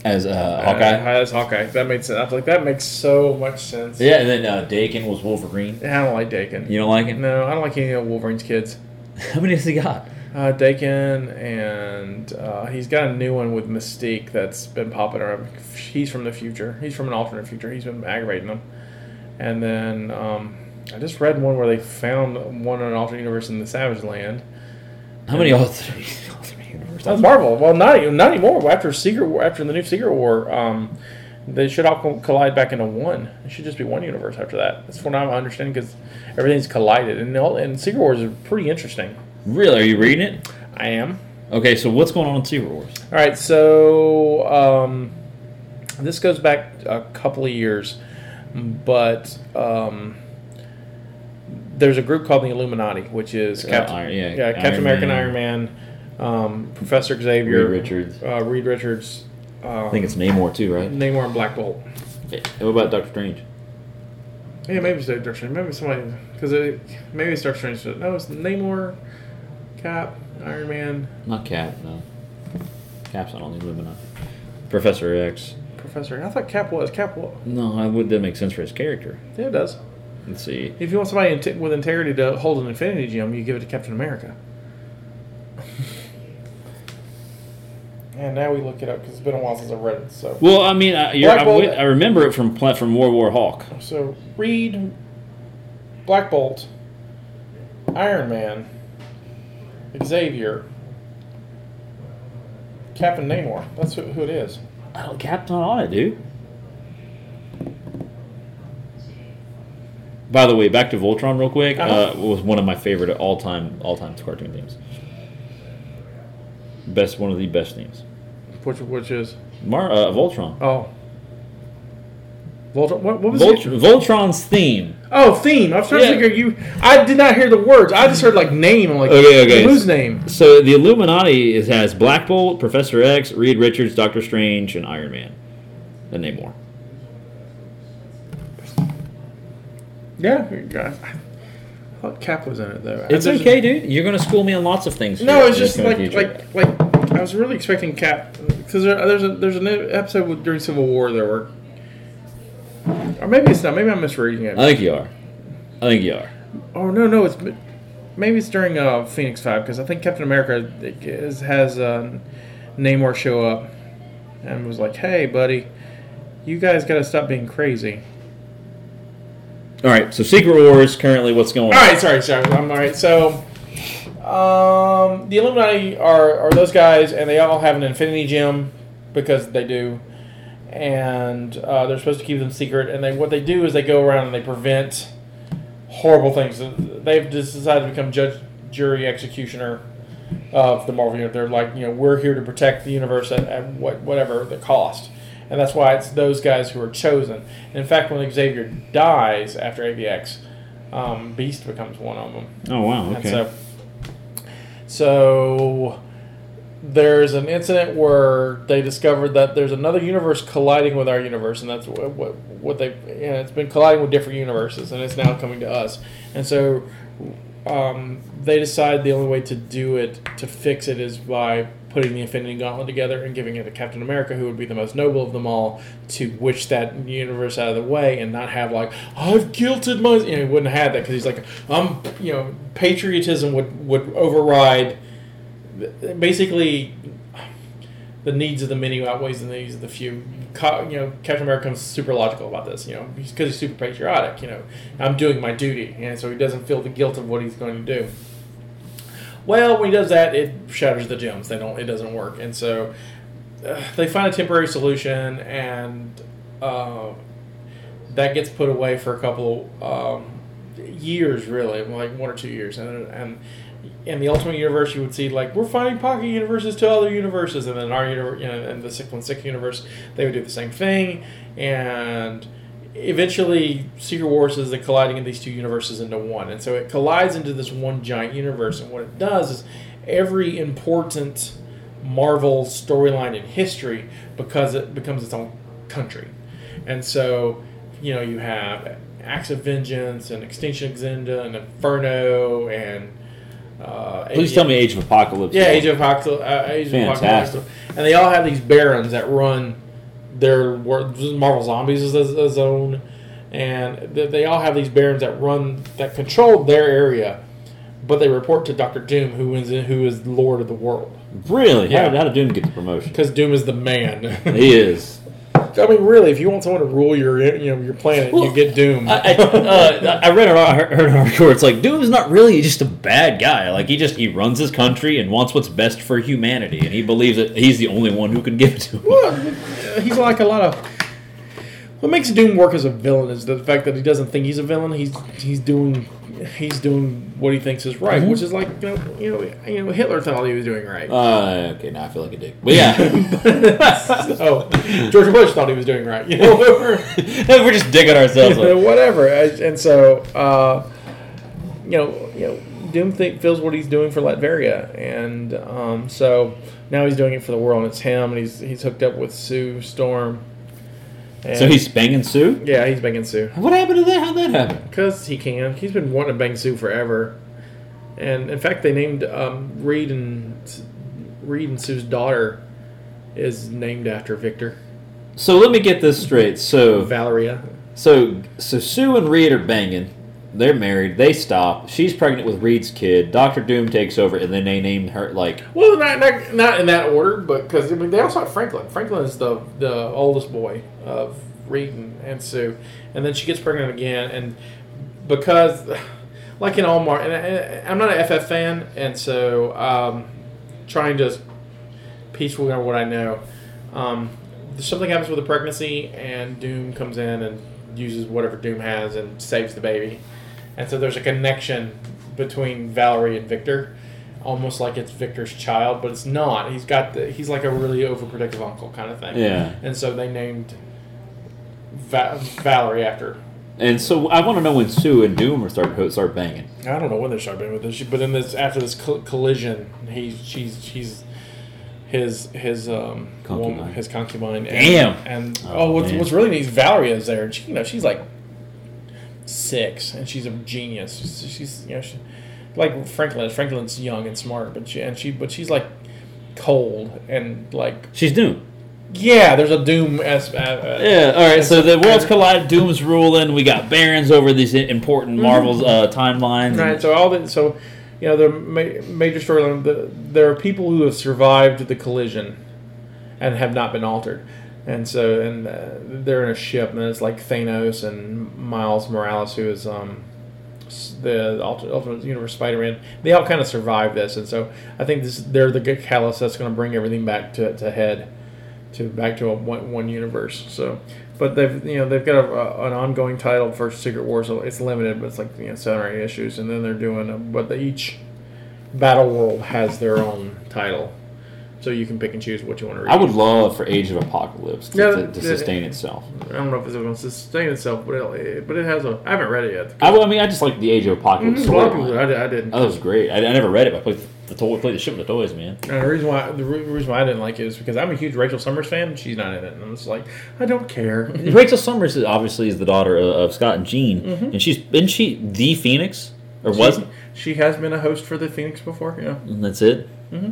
As uh, Hawkeye, Uh, as Hawkeye, that made sense. I was like, that makes so much sense. yeah, and then uh, Dakin was Wolverine. I don't like Dakin. You don't like him? No, I don't like any of Wolverine's kids. How many has he got? Uh, Dakin, and uh, he's got a new one with Mystique that's been popping around. He's from the future. He's from an alternate future. He's been aggravating them. And then um, I just read one where they found one in an alternate universe in the Savage Land. How many all three? All three universes? That's Marvel. Well, not even- not anymore. After Secret War, after the new Secret War, um, they should all co- collide back into one. It should just be one universe after that. That's what I'm understanding because everything's collided, and all, and Secret Wars are pretty interesting. Really? Are you reading it? I am. Okay, so what's going on in Secret Wars? All right, so um, this goes back a couple of years, but um, there's a group called the Illuminati, which is Captain, Uh, Iron- yeah, yeah, Captain Iron American, Man. Iron Man, um, Professor Xavier, Reed Richards. uh, Reed Richards. Um, I think it's Namor too, right? Namor and Black Bolt. Yeah. What about Doctor Strange? Yeah, maybe it's Doctor Strange. Maybe somebody because it, maybe it's Doctor Strange. but No, it's Namor, Cap, Iron Man, Not Cap, no. Cap's not on the Illuminati. Professor X. Professor. I thought Cap was Cap. Was. No, I would that make sense for his character. Yeah, it does. Let's see. If you want somebody inte- with integrity to hold an Infinity Gem, you give it to Captain America. and now we look it up because it's been a while since I read it. So, Well, I mean, I, you're, Black I, Bolt- wi- I remember it from pla- from World War Hawk. so Reed, Black Bolt, Iron Man, Xavier, Captain Namor. That's who, who it is. I don't, Cap's not on it, dude. By the way, back to Voltron real quick. Uh, Uh-huh. was one of my favorite all time all time cartoon themes. Best one of the best themes. Which which is Mar- uh, Voltron. oh. Voltron, what, what was Volt- it? Voltron's theme. Oh, theme. I was trying Yeah. to figure you. I did not hear the words. I just heard like name. I'm like, Okay, okay. Whose name? So the Illuminati is, has Black Bolt, Professor X, Reed Richards, Doctor Strange, and Iron Man, and Namor. Yeah. you got it. I thought Cap was in it though. It's There's- okay, dude. You're gonna school me on lots of things. No, here it's in the just coming like future. like like I was really expecting Cap because there, there's a there's an episode with- during Civil War there were, or maybe it's not. Maybe I'm misreading it. I think you are. I think you are. oh no no it's maybe it's during uh, Phoenix Five because I think Captain America is, has uh, Namor show up and was like, hey buddy, you guys got to stop being crazy. All right, so Secret Wars currently what's going on? All right, sorry, sorry. I'm all right. So, um, the Illuminati are, are those guys, and they all have an Infinity Gem because they do, and uh, they're supposed to keep them secret. And they what they do is they go around and they prevent horrible things. They've just decided to become judge, jury, executioner of the Marvel universe. They're like, you know, we're here to protect the universe at, at what, whatever the cost. And that's why it's those guys who are chosen. And in fact, when Xavier dies after AVX, um, Beast becomes one of them. Oh wow, okay. And so, so there's an incident where they discovered that there's another universe colliding with our universe, and that's what what, what they and it's been colliding with different universes, and it's now coming to us. And so um, they decide the only way to do it to fix it is by putting the Infinity Gauntlet together and giving it to Captain America, who would be the most noble of them all, to wish that universe out of the way and not have like I've guilted my. You know, he wouldn't have that because he's like I'm. You know, patriotism would would override. Basically, the needs of the many outweighs the needs of the few. Co- you know, Captain America's super logical about this. You know, because he's, super patriotic. You know, I'm doing my duty, and so he doesn't feel the guilt of what he's going to do. Well, when he does that, it shatters the gems. They don't. It doesn't work, and so uh, they find a temporary solution, and uh, that gets put away for a couple um, years, really, like one or two years, and and in the Ultimate Universe, you would see like we're finding pocket universes to other universes, and then our universe, you know, and the six one six universe, they would do the same thing, and eventually, Secret Wars is the colliding of these two universes into one, and so it collides into this one giant universe, and what it does is every important Marvel storyline in history because it becomes its own country, and so you know you have Acts of Vengeance and Extinction Agenda and Inferno and uh, Please Age- tell me Age of Apocalypse. yeah, Age of Apocalypse. Uh, Age of Apocalypse. Fantastic. And they all have these barons that run their wor- Marvel Zombies is a, a zone, and th- they all have these barons that run that control their area, but they report to Doctor Doom, who is who is Lord of the World, Really? How, Yeah. how did Doom get the promotion? because Doom is the man. He is. I mean, really, if you want someone to rule your you know your planet, you Well, get Doom. I, I, uh, I read an, I heard an article where it's like Doom's not really just a bad guy. Like he just he runs his country and wants what's best for humanity, and he believes that he's the only one who can give it to him. Well, uh, he's like a lot of. What makes Doom work as a villain is the fact that he doesn't think he's a villain. He's he's doing he's doing what he thinks is right, which is like you know you know, you know Hitler thought he was doing right. Uh, okay, now I feel like a dick. But yeah, oh, George Bush thought he was doing right. You know, we're just digging ourselves. Uh, Up. whatever. I- And so, uh, you know, you know, Doom think, feels what he's doing for Latveria, and um, so now he's doing it for the world, and it's him, and he's he's hooked up with Sue Storm. And- So he's banging Sue. yeah, he's banging Sue What happened to that? How'd that happen? because he can. He's been wanting to bang Sue forever, and in fact, they named um, Reed and Reed and Sue's daughter is named after Victor So let me get this straight. So Valeria. So so Sue and Reed are banging. They're married. They stop. She's pregnant with Reed's kid. Doctor Doom takes over, and then they name her like Well, not, not, not in that order, but because I mean they also have Franklin. Franklin is the the oldest boy of Reed and, and Sue, and then she gets pregnant again, and because like in all Mar, and I, and I'm not an FF fan, and so um, trying to peacefully on what I know. Um, something happens with a pregnancy, and Doom comes in and uses whatever Doom has and saves the baby. And so there's a connection between Valerie and Victor, almost like it's Victor's child, but it's not. He's got the, he's like a really overprotective uncle kind of thing. Yeah. And so they named Va- Valerie after. And so I want to know when Sue and Doom are start start banging. I don't know when they start being with this, but in this after this col- collision, he's she's she's his his um Concubine. woman- his concubine. And, Damn. And oh, Oh, what's, man. what's really neat is Valeria is there, and she you know she's like six, and she's a genius. She's, she's you know she like Franklin. Franklin's young and smart, but she and she but she's like cold and like She's Doom. yeah. There's a doom as uh, uh, Yeah. All right. So the worlds collide. Doom's ruling. We got barons over these i- important Marvel's uh, timelines. Mm-hmm. Right. So all the so, you know, the ma- major storyline. The, there are people who have survived the collision, and have not been altered, and so and uh, they're in a ship, and it's like Thanos and Miles Morales, who is um s- the Ulti- Ultimate Universe Spider-Man. They all kind of survived this, and so I think this they're the good catalyst that's going to bring everything back to to head to back to a one, one universe. So, but they've you know they've got a, a, an ongoing title for Secret Wars. So it's limited, but it's like you know seven or eight issues, and then they're doing a, but they, each battle world has their own title, so you can pick and choose what you want to read. I would love for Age of Apocalypse to, Yeah, to, to the- sustain itself. I don't know if it's going to sustain itself, but it, but it has a. I haven't read it yet. I, I mean, I just like the Age of Apocalypse A lot of people, storyline. I, di- I didn't. Oh, that was great. I, I never read it, but I played the toy, played the shit with the toys, man. And the reason why the re- reason why I didn't like it is because I'm a huge Rachel Summers fan. and She's not in it, and I'm just like, I don't care. Rachel Summers is obviously is the daughter of, of Scott and Jean, and she's isn't she the Phoenix or wasn't? Mm-hmm. she has been a host for the Phoenix before? Yeah. And that's it. Mm-hmm.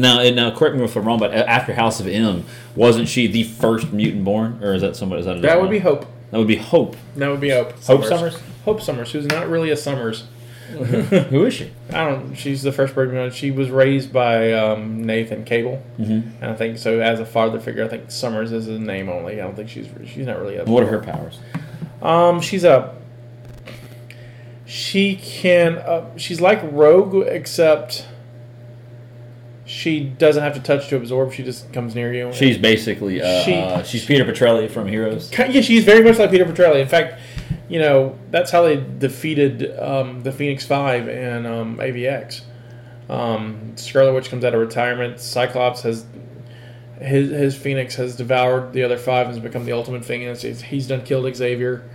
Now, and now, correct me if I'm wrong, but a- after House of M, wasn't she the first mutant born, or is that somebody? Is that, another That would one? be Hope. that would be Hope. That would be Hope. Hope Summers? Hope Summers, who's not really a Summers. Who is she? I don't. She's the first Brady Bunch. She was raised by um, Nathan Cable, mm-hmm. and I think so. As a father figure, I think Summers is his name only. I don't think she's she's not really. A, What are her powers? Um, she's a. She can. Uh, she's like Rogue, except she doesn't have to touch to absorb. She just comes near you. She's basically uh, She- uh, she's Peter Petrelli from Heroes. Ki- yeah, she's very much like Peter Petrelli. In fact, you know that's how they defeated um, the Phoenix Five and um, AVX. Um, Scarlet Witch comes out of retirement. Cyclops has his his Phoenix has devoured the other five and has become the ultimate Phoenix. He's, he's done killed Xavier,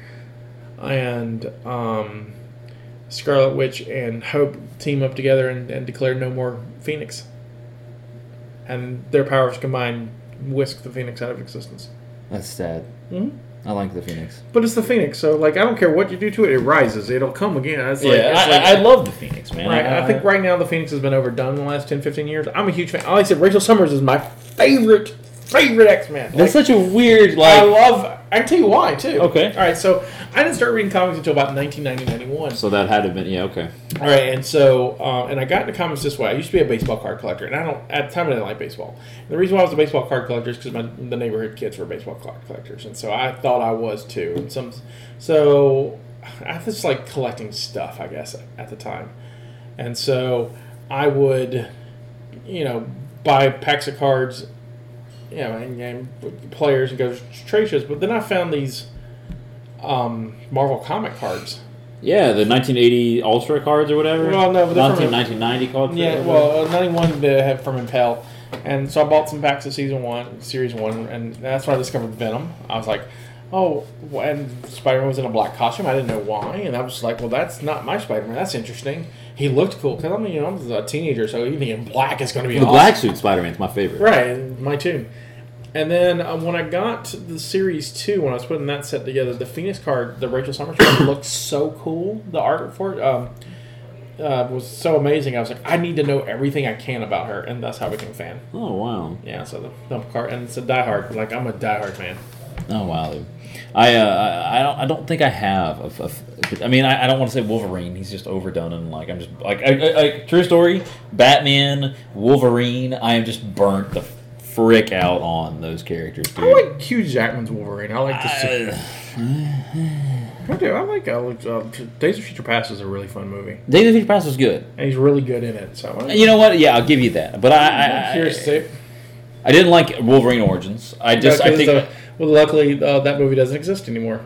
and um, Scarlet Witch and Hope team up together and, and declare no more Phoenix. And their powers combined whisk the Phoenix out of existence. That's sad. Mhm. I like the Phoenix. But it's the Phoenix, so like I don't care what you do to it, it rises. It'll come again. It's like, it's like- love the Phoenix, man. right. I think right now the Phoenix has been overdone in the last 10, 15 years. I'm a huge fan. Like I said, Rachel Summers is my favorite favorite X Man. that's such a weird I like. love. I can tell you why too. Okay. All right. So I didn't start reading comics until about 1990, 91. So that had to have been yeah okay. All right, and so uh, and I got into comics this way. I used to be a baseball card collector, and I don't at the time I didn't like baseball. And the reason why I was a baseball card collector is because my the neighborhood kids were baseball card collectors, and so I thought I was too. And some, so I just like collecting stuff, I guess, at the time. And so I would, you know, buy packs of cards, you know, and, and players and go to trade shows. But then I found these um, Marvel comic cards. Yeah, the 1980 Ultra cards or whatever. Well, no, but they're from- 1990 cards. or Yeah, whatever. well, uh, 91 they have from Impel. And so I bought some packs of season one, series one, and that's when I discovered Venom. I was like, oh, wh- and Spider Man was in a black costume. I didn't know why. And I was just like, well, that's not my Spider Man. That's interesting. He looked cool. Because I'm, you know, I'm a teenager, so anything in black is going to be the awesome. black suit Spider-Man's my favorite. Right, and my tune. And then uh, when I got to the series two, when I was putting that set together, the Phoenix card, the Rachel Summers card, looked so cool. The art for it um, uh, was so amazing. I was like, I need to know everything I can about her, and that's how I became a fan. Oh wow. Yeah, so the thump card, and it's a diehard. Like I'm a diehard fan. Oh wow. dude. I, uh, I I don't I don't think I have. a f- a f- I mean I, I don't want to say Wolverine. He's just overdone and like I'm just like I, I, I, true story. Batman, Wolverine. I am just burnt the frick out on those characters, dude. I like Hugh Jackman's Wolverine. I like the. I, Uh, do. I like uh, uh, Days of Future Past is a really fun movie, Days of Future Past was good. and he's really good in it. So I You know what? Yeah, I'll give you that. But I, I, I'm curious to I, see. I didn't like Wolverine Origins. I just Yeah, I 'cause, think uh, well, luckily uh, that movie doesn't exist anymore.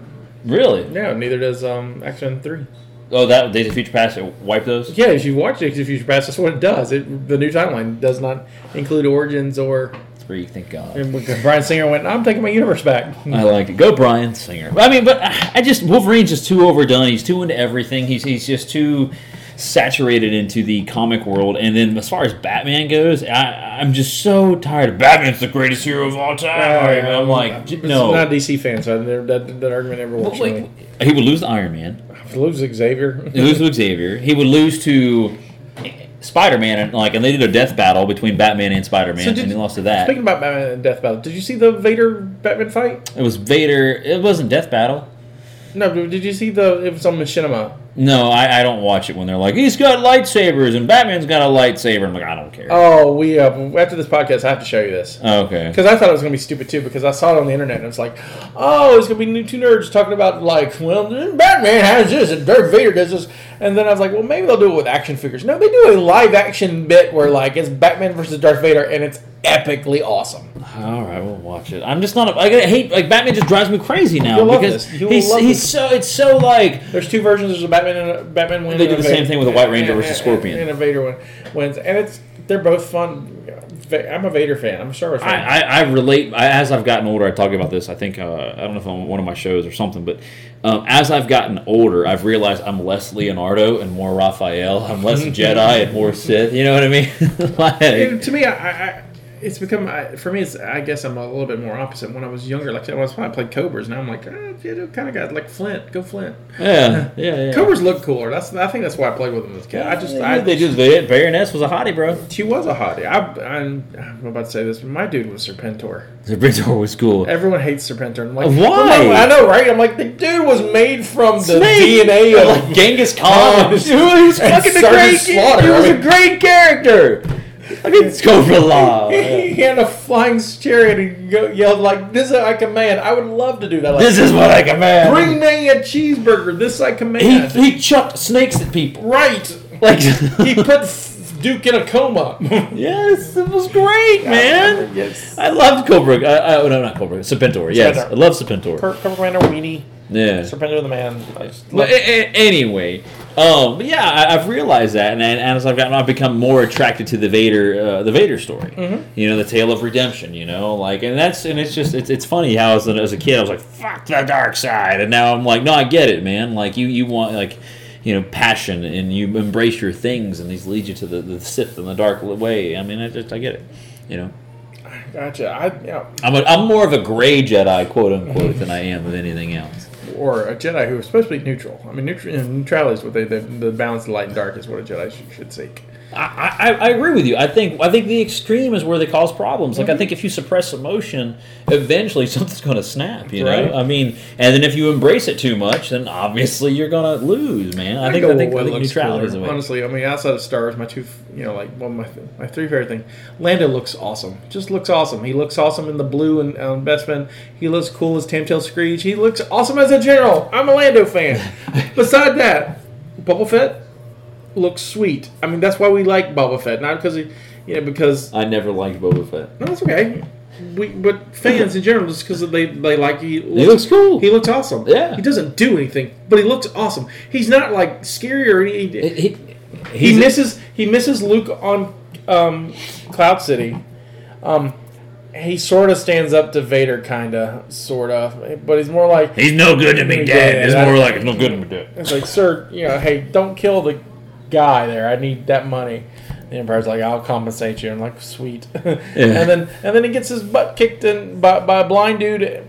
really. No, neither does um, X Men Three. Oh, that Days of Future Past it wiped those. Yeah, if you watch Days of Future Past, that's what it does. It, the new timeline does not include Origins or. That's where you think God. And Brian Singer went, "I'm taking my universe back." I like it. Go Brian Singer. I mean, but uh, I I just Wolverine's just too overdone. He's too into everything. He's he's just too saturated into the comic world. And then as far as Batman goes, I, I'm just so tired of Batman's the greatest hero of all time. I'm like, j- no. Oh, Um, not a DC fan, so I never, that, that argument never But, works. like, for me. he would lose to Iron Man. If you lose Xavier. He would lose to Xavier. He would lose to Spider Man, and like, and they did a death battle between Batman and Spider Man, So did- and he lost to that. Speaking about Batman and Death Battle, did you see the Vader Batman fight? It was Vader. It wasn't death battle. No, but did you see the? It was on Machinima. No, I, I don't watch it when they're like, he's got lightsabers and Batman's got a lightsaber. I'm like, I don't care. Oh, we uh, after this podcast, I have to show you this. okay. Because I thought it was going to be stupid too, because I saw it on the internet and it's like, oh, it's going to be new two nerds talking about, like, well, Batman has this and Darth Vader does this. And then I was like, well, maybe they'll do it with action figures. No, they do a live action bit where, like, it's Batman versus Darth Vader and it's epically awesome. All right, we'll watch it. I'm just not. A, I hate like Batman just drives me crazy now You'll love because this. You will he's love he's this. so it's so like There's two versions there's a Batman and a Batman win. They and do a the Vader- same thing with a White Ranger and- versus and- Scorpion. And a Vader win, wins. And it's they're both fun. Va- I'm a Vader fan. I'm a Star Wars fan. I, I, I relate I, as I've gotten older. I talk about this. I think uh, I don't know if on one of my shows or something, but um, as I've gotten older, I've realized I'm less Leonardo and more Raphael. I'm less Jedi and more Sith. You know what I mean? like, Dude, to me, I, I, I it's become I, for me. It's I guess I'm a little bit more opposite. When I was younger, like I said, when I was when I played Cobras, now I'm like, ah, you kind of got like Flint, go Flint. Yeah, yeah, yeah. Cobras look cooler. That's I think that's why I played with them as a kid. I just I, they just they, Baroness was a hottie, bro. she was a hottie. I, I'm, I'm about to say this, but my dude was Serpentor. Serpentor was cool. Everyone hates Serpentor. I'm like, Why? Well, no, I know, right? I'm like, the dude was made from the Snake! DNA of Like Genghis Oh, Khan. dude, he was and fucking the Sergeant great. Slaughter. He was I a mean- great character. I mean, it's go for law. he had a flying chariot and go, yelled like, "This I command." I would love to do that. Like, This is what I command. bring me a cheeseburger. This I he command. he chucked snakes at people. right. Like he put Duke in a coma. yes, it was great, man. yes. I loved Cobra. I, I, no, not Cobra. Serpentor. Yes, Serpentor. I love Serpentor. Kirk Commander Weenie, yeah. Serpentor the Man. I just Well, love- a- a- anyway, um, but yeah, I, I've realized that, and, and as I've gotten, I've become more attracted to the Vader, uh, the Vader story. You know, the tale of redemption. You know, like, and that's, and it's just, it's, it's funny how as, a- as a kid I was like, fuck the dark side, and now I'm like, no, I get it, man. Like, you, you want like. You know, passion, and you embrace your things, and these lead you to the, the Sith and the dark way. I mean, I just I get it. You know, gotcha. I, yeah, I'm a, I'm more of a gray Jedi, quote unquote, than I am of anything else. or a Jedi who is supposed to be neutral. I mean, neutral, neutrality is what they the, the balance of light and dark is what a Jedi should, should seek. I, I, I agree with you. I think I think the extreme is where they cause problems. Like I think if you suppress emotion, eventually something's going to snap. You Right. know, I mean, and then if you embrace it too much, then obviously you're going to lose, man. I, think go I think, with I oh, what think looks neutrality is cooler. the way. Honestly, I mean, outside of Star Wars, my two, f- you know, like well, my th- my three favorite thing, Lando looks awesome. Just looks awesome. He looks awesome in the blue and um, Best Man. He looks cool as Tamtail Screech. He looks awesome as a general. I'm a Lando fan. Beside that, Boba Fett looks sweet. I mean, that's why we like Boba Fett, not because he, you know, because I never liked Boba Fett. no, that's okay. We, but fans in general, just because they they like he looks, looks cool. He looks awesome. Yeah. he doesn't do anything, but he looks awesome. He's not like scary or he, he, He, he he's- misses he misses Luke on um, Cloud City. Um, he sort of stands up to Vader, kind of, sort of, but he's more like He's no good to me, Yeah, Dad. It's that- more like it's no good to me, Dad. it's like, sir, you know, hey, don't kill the guy there. I need that money. The Empire's like, I'll compensate you. I'm like, sweet. and then and then he gets his butt kicked in by, by a blind dude,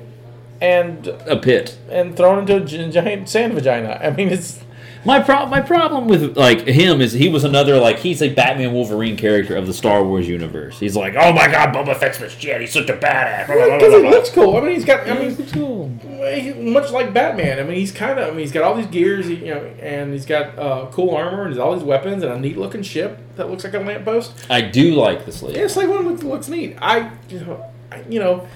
and A pit. and thrown into a gi- giant sand vagina. I mean, it's My problem, my problem with like him is he was another like he's a Batman Wolverine character of the Star Wars universe. He's like, oh my god, Boba Fett's the shit. He's such a badass. Blah, blah, blah, because blah, he blah. looks cool. I mean, he's got. I mean, he's cool. Much like Batman. I mean, he's kind of. I mean, he's got all these gears. he- You know, and he's got uh, cool armor and all these weapons and a neat looking ship that looks like a lamppost. I do like the sleeve. Yeah, it's like one looks, looks neat. I, you know, I, you know,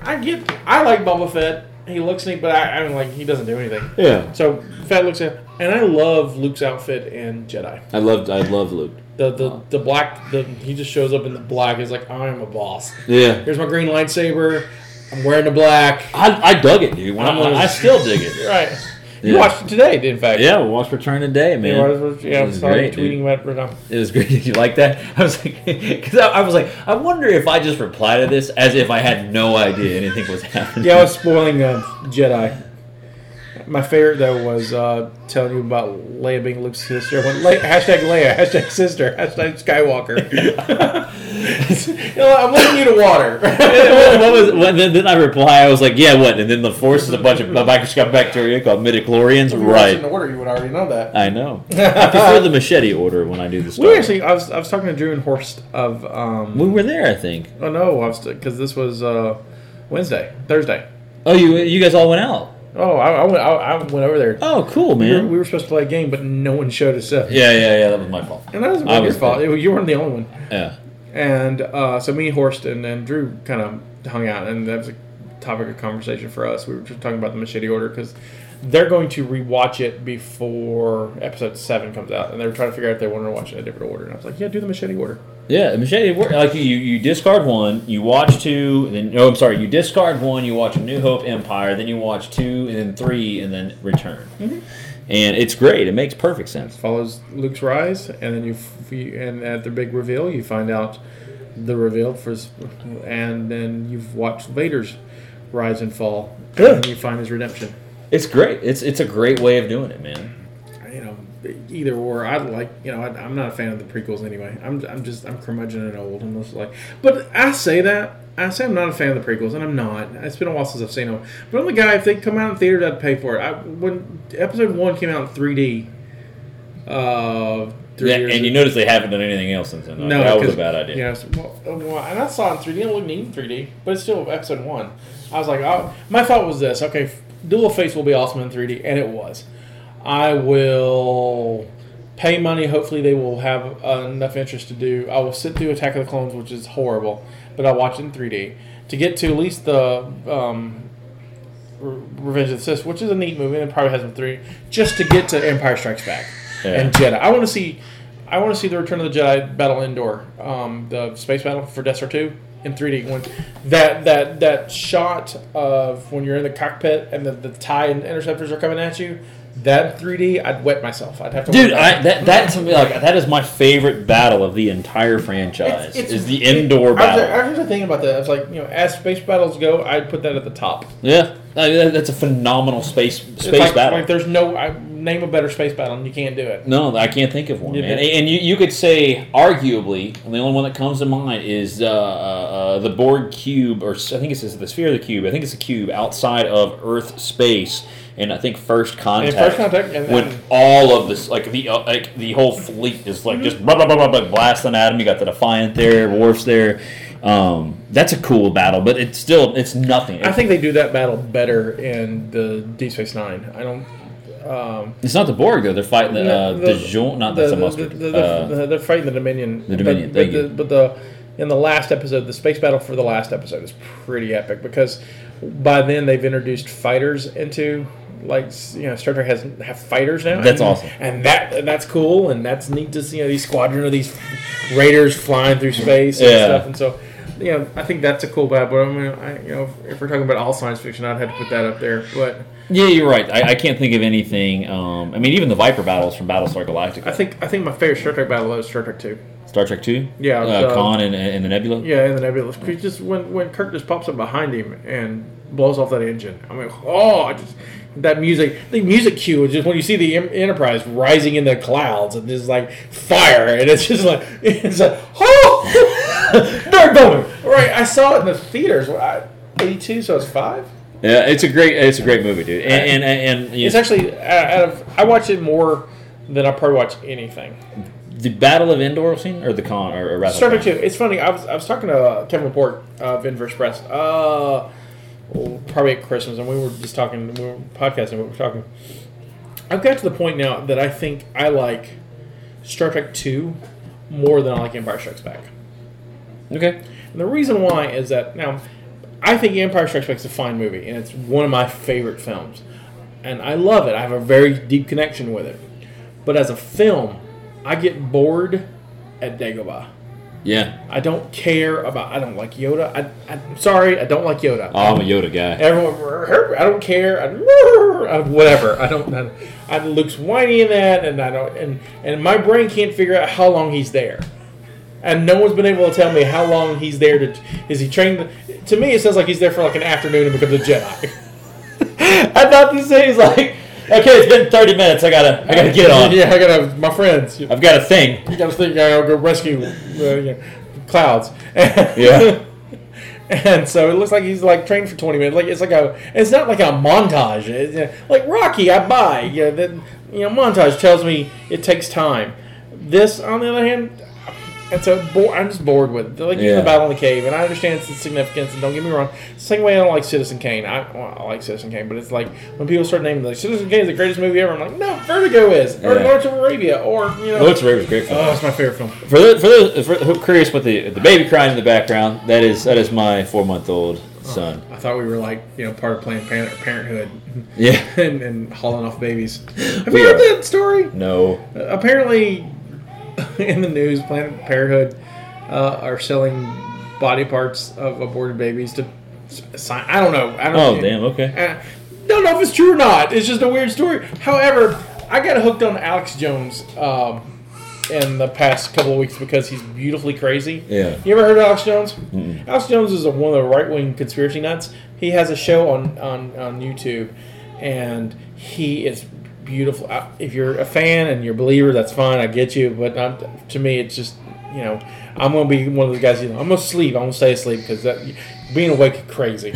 I get. I like Boba Fett. He looks neat, but I, I mean, like he doesn't do anything. Yeah, So Fett looks in, and I love Luke's outfit in Jedi. I loved I loved Luke. The the the black. The he just shows up in the black. He's like, I am a boss. Yeah, Here's my green lightsaber. I'm wearing the black. I, I dug it, dude. When I'm, I'm- I still dig it. Right. You Yeah. watched it today, in fact. Yeah, we watched Return of the Day, man. Yeah, what was- yeah, It I'm was sorry, great, dude. tweeting about it right now. It was great. Did you like that? I was like, because I, I was like, I wonder if I just reply to this as if I had no idea anything was happening. Yeah, I was spoiling uh, Jedi. My favorite though was uh, telling you about Leia being Luke's sister. When Le- hashtag Leia, hashtag sister, hashtag Skywalker. You know, I'm leading you to water. what was, what, then, then I reply, I was like, yeah, what? And then the Force is a bunch of microscopic bacteria called midichlorians. In Right. order, you would already know that. I know. I prefer the machete order when I do the Star We Wars. actually, I was, I was talking to Drew and Horst of. Um, We were there, I think. oh no, I was because this was uh, Wednesday, Thursday. Oh, you you guys all went out. Oh, I, I went, I, I went over there. Oh, cool, We were- man. we were supposed to play a game, but no one showed us up. Yeah, yeah, yeah. That was my fault. And that was I your was- fault. It- You weren't the only one. Yeah. And uh, so me, Horst, and, and Drew kind of hung out, and that was a topic of conversation for us. We were just talking about the machete order because they're going to rewatch it before episode seven comes out, and they were trying to figure out if they wanted to watch it in a different order. And I was like, "Yeah, do the machete order." Yeah, machete. wor- Like you, you discard one, you watch two, and then no, I'm sorry, you discard one, you watch New Hope, Empire, then you watch two, and then three, and then Return. Mm-hmm. And it's great. It makes perfect sense. Follows Luke's rise, and then you, f- you and at the big reveal, you find out the reveal for, s- and then you've watched Vader's rise and fall, and you find his redemption. It's great. It's it's a great way of doing it, man. you know, either or. I like you know I, I'm not a fan of the prequels anyway. I'm I'm just I'm curmudgeon and old. I'm just like, but I say that. I say I'm not a fan of the prequels, and I'm not. It's been a while since I've seen them. But I'm the guy. If they come out in theaters, I'd pay for it. I, when episode one came out in 3D, uh, three Yeah, years and you ago- notice they haven't done anything else since then. Like, no, that was a 'cause- bad idea. Yes, well, uh, well, and I saw it in 3D. I wouldn't need 3D, but it's still episode one. I was like, oh, my thought was this: okay, f- Dual Face will be awesome in 3D, and it was. I will pay money. Hopefully, they will have uh, enough interest to do. I will sit through Attack of the Clones, which is horrible, but I'll watch it in 3D to get to at least the um, Re- Revenge of the Sith, which is a neat movie and it probably has some three, just to get to Empire Strikes Back Yeah. and Jedi. I want to see, I want to see the Return of the Jedi battle indoor, um, the space battle for Death Star Two in 3D. When that that that shot of when you're in the cockpit and the, the tie and interceptors are coming at you, that 3D, I'd wet myself. I'd have to. Dude, wet I, that that's something like that is my favorite battle of the entire franchise. It's- it's- is the indoor I was, battle? I was just thinking about that. I was like, you know, as space battles go, I'd put that at the top. yeah, I mean, that- that's a phenomenal space space It's like, battle. Like, there's no I, name a better space battle, and you can't do it. no, I can't think of one, Yeah, man. but- And you, you could say, arguably, and the only one that comes to mind is uh, uh, uh, the Borg cube, or s- I think it's the sphere of the cube. I think it's a cube outside of Earth space, and I think first contact. First Contact, and when then- all of this, like the uh, like the whole fleet is like Mm-hmm. just blah, blah, blah, blah, blah, blasting at him. You got the Defiant there, Worf's there. Um, that's a cool battle, but it's still it's nothing. I think they do that battle better in the Deep Space Nine. I don't. Um, it's not the Borg though. They're fighting the, uh, the- the, Dijon. Not the, that's a the, mustard. the, the- uh, the- they're fighting the Dominion. the Dominion, But, but, thank you. the, but the in the last episode, the space battle for the last episode is pretty epic because by then they've introduced fighters into like you know Star Trek has have fighters now. That's and, awesome. and that and that's cool and that's neat to see you know these squadron of these raiders flying through space and Yeah. stuff and so. You know, I think that's a cool battle, but I mean, I, you know, if we're talking about all science fiction, I'd have to put that up there. But Yeah, you're right. I, I can't think of anything. Um, I mean, even the Viper battles from Battlestar Galactica, I think I think my favorite Star Trek battle is Star Trek Two. Star Trek Two. Yeah, uh, the- Khan and, and the Nebula. Yeah, and the nebulous. He just when when Kirk just pops up behind him and blows off that engine. I mean, oh, I just that music. The music cue is just when you see the em- Enterprise rising in the clouds and just like fire, and it's just like it's like oh, they're going right. I saw it in the theaters. I, 82, so it's five. Yeah, it's a great it's a great movie, dude. And and and, and you It's know, actually uh, out of I watch it more than I probably watch anything. the Battle of Endor scene or the Khan or, or rather Star Trek Khan? Two. It's funny. I was I was talking to uh, Kevin Port of Inverse Press. Uh, well, probably at Christmas, and we were just talking. We were podcasting. We were talking. I've got to the point now that I think I like Star Trek Two more than I like Empire Strikes Back. Okay. And the reason why is that now, I think Empire Strikes Back is a fine movie, and it's one of my favorite films, and I love it. I have a very deep connection with it. But as a film, I get bored at Dagobah. Yeah. I don't care about. I don't like Yoda. I, I'm sorry. I don't like Yoda. Oh, I'm a Yoda guy. Everyone, I don't care. I, whatever. I don't. I, I Luke's whiny in that, and I don't. And and my brain can't figure out how long he's there, and no one's been able to tell me how long he's there. To is he trained? To me, it sounds like he's there for like an afternoon and becomes a Jedi. I thought this thing is like, okay, it's been 30 minutes. I gotta I gotta get on. Yeah, I gotta. My friends, you I've got a thing. gotta think. I gotta go rescue uh, you know, clouds. Yeah. And so it looks like he's like trained for 20 minutes. Like it's like a, it's not like a montage. It's, you know, like Rocky, I buy. You know, that you know, montage tells me it takes time. This, on the other hand, it's a bo- I'm just bored with it. Like even Yeah. the battle in the cave, and I understand its significance. And don't get me wrong, it's the same way I don't like Citizen Kane. I, well, I like Citizen Kane, but it's like when people start naming like Citizen Kane is the greatest movie ever. I'm like, no, Vertigo is, or Yeah. Lawrence of Arabia, or you know, Lawrence of Arabia is a great film. oh, it's my favorite film. For those, for those for, who are curious what the the baby crying in the background, that is that is my four month old son. I thought we were like you know part of Planned Parent- Parenthood. Yeah. and, and hauling off babies. Have We you heard are. that story? No. Apparently, in the news, Planned Parenthood uh, are selling body parts of aborted babies to. si- I don't know. I don't Oh damn. Okay. I don't know if it's true or not. It's just a weird story. However, I got hooked on Alex Jones um, in the past couple of weeks because he's beautifully crazy. Yeah. You ever heard of Alex Jones? Alex Jones is a, one of the right wing conspiracy nuts. He has a show on, on, on YouTube, and he is beautiful. I, if you're a fan and you're a believer, that's fine. I get you. But I'm, to me, it's just you know, I'm gonna be one of those guys. You know, I'm gonna sleep. I'm gonna stay asleep because that being awake crazy.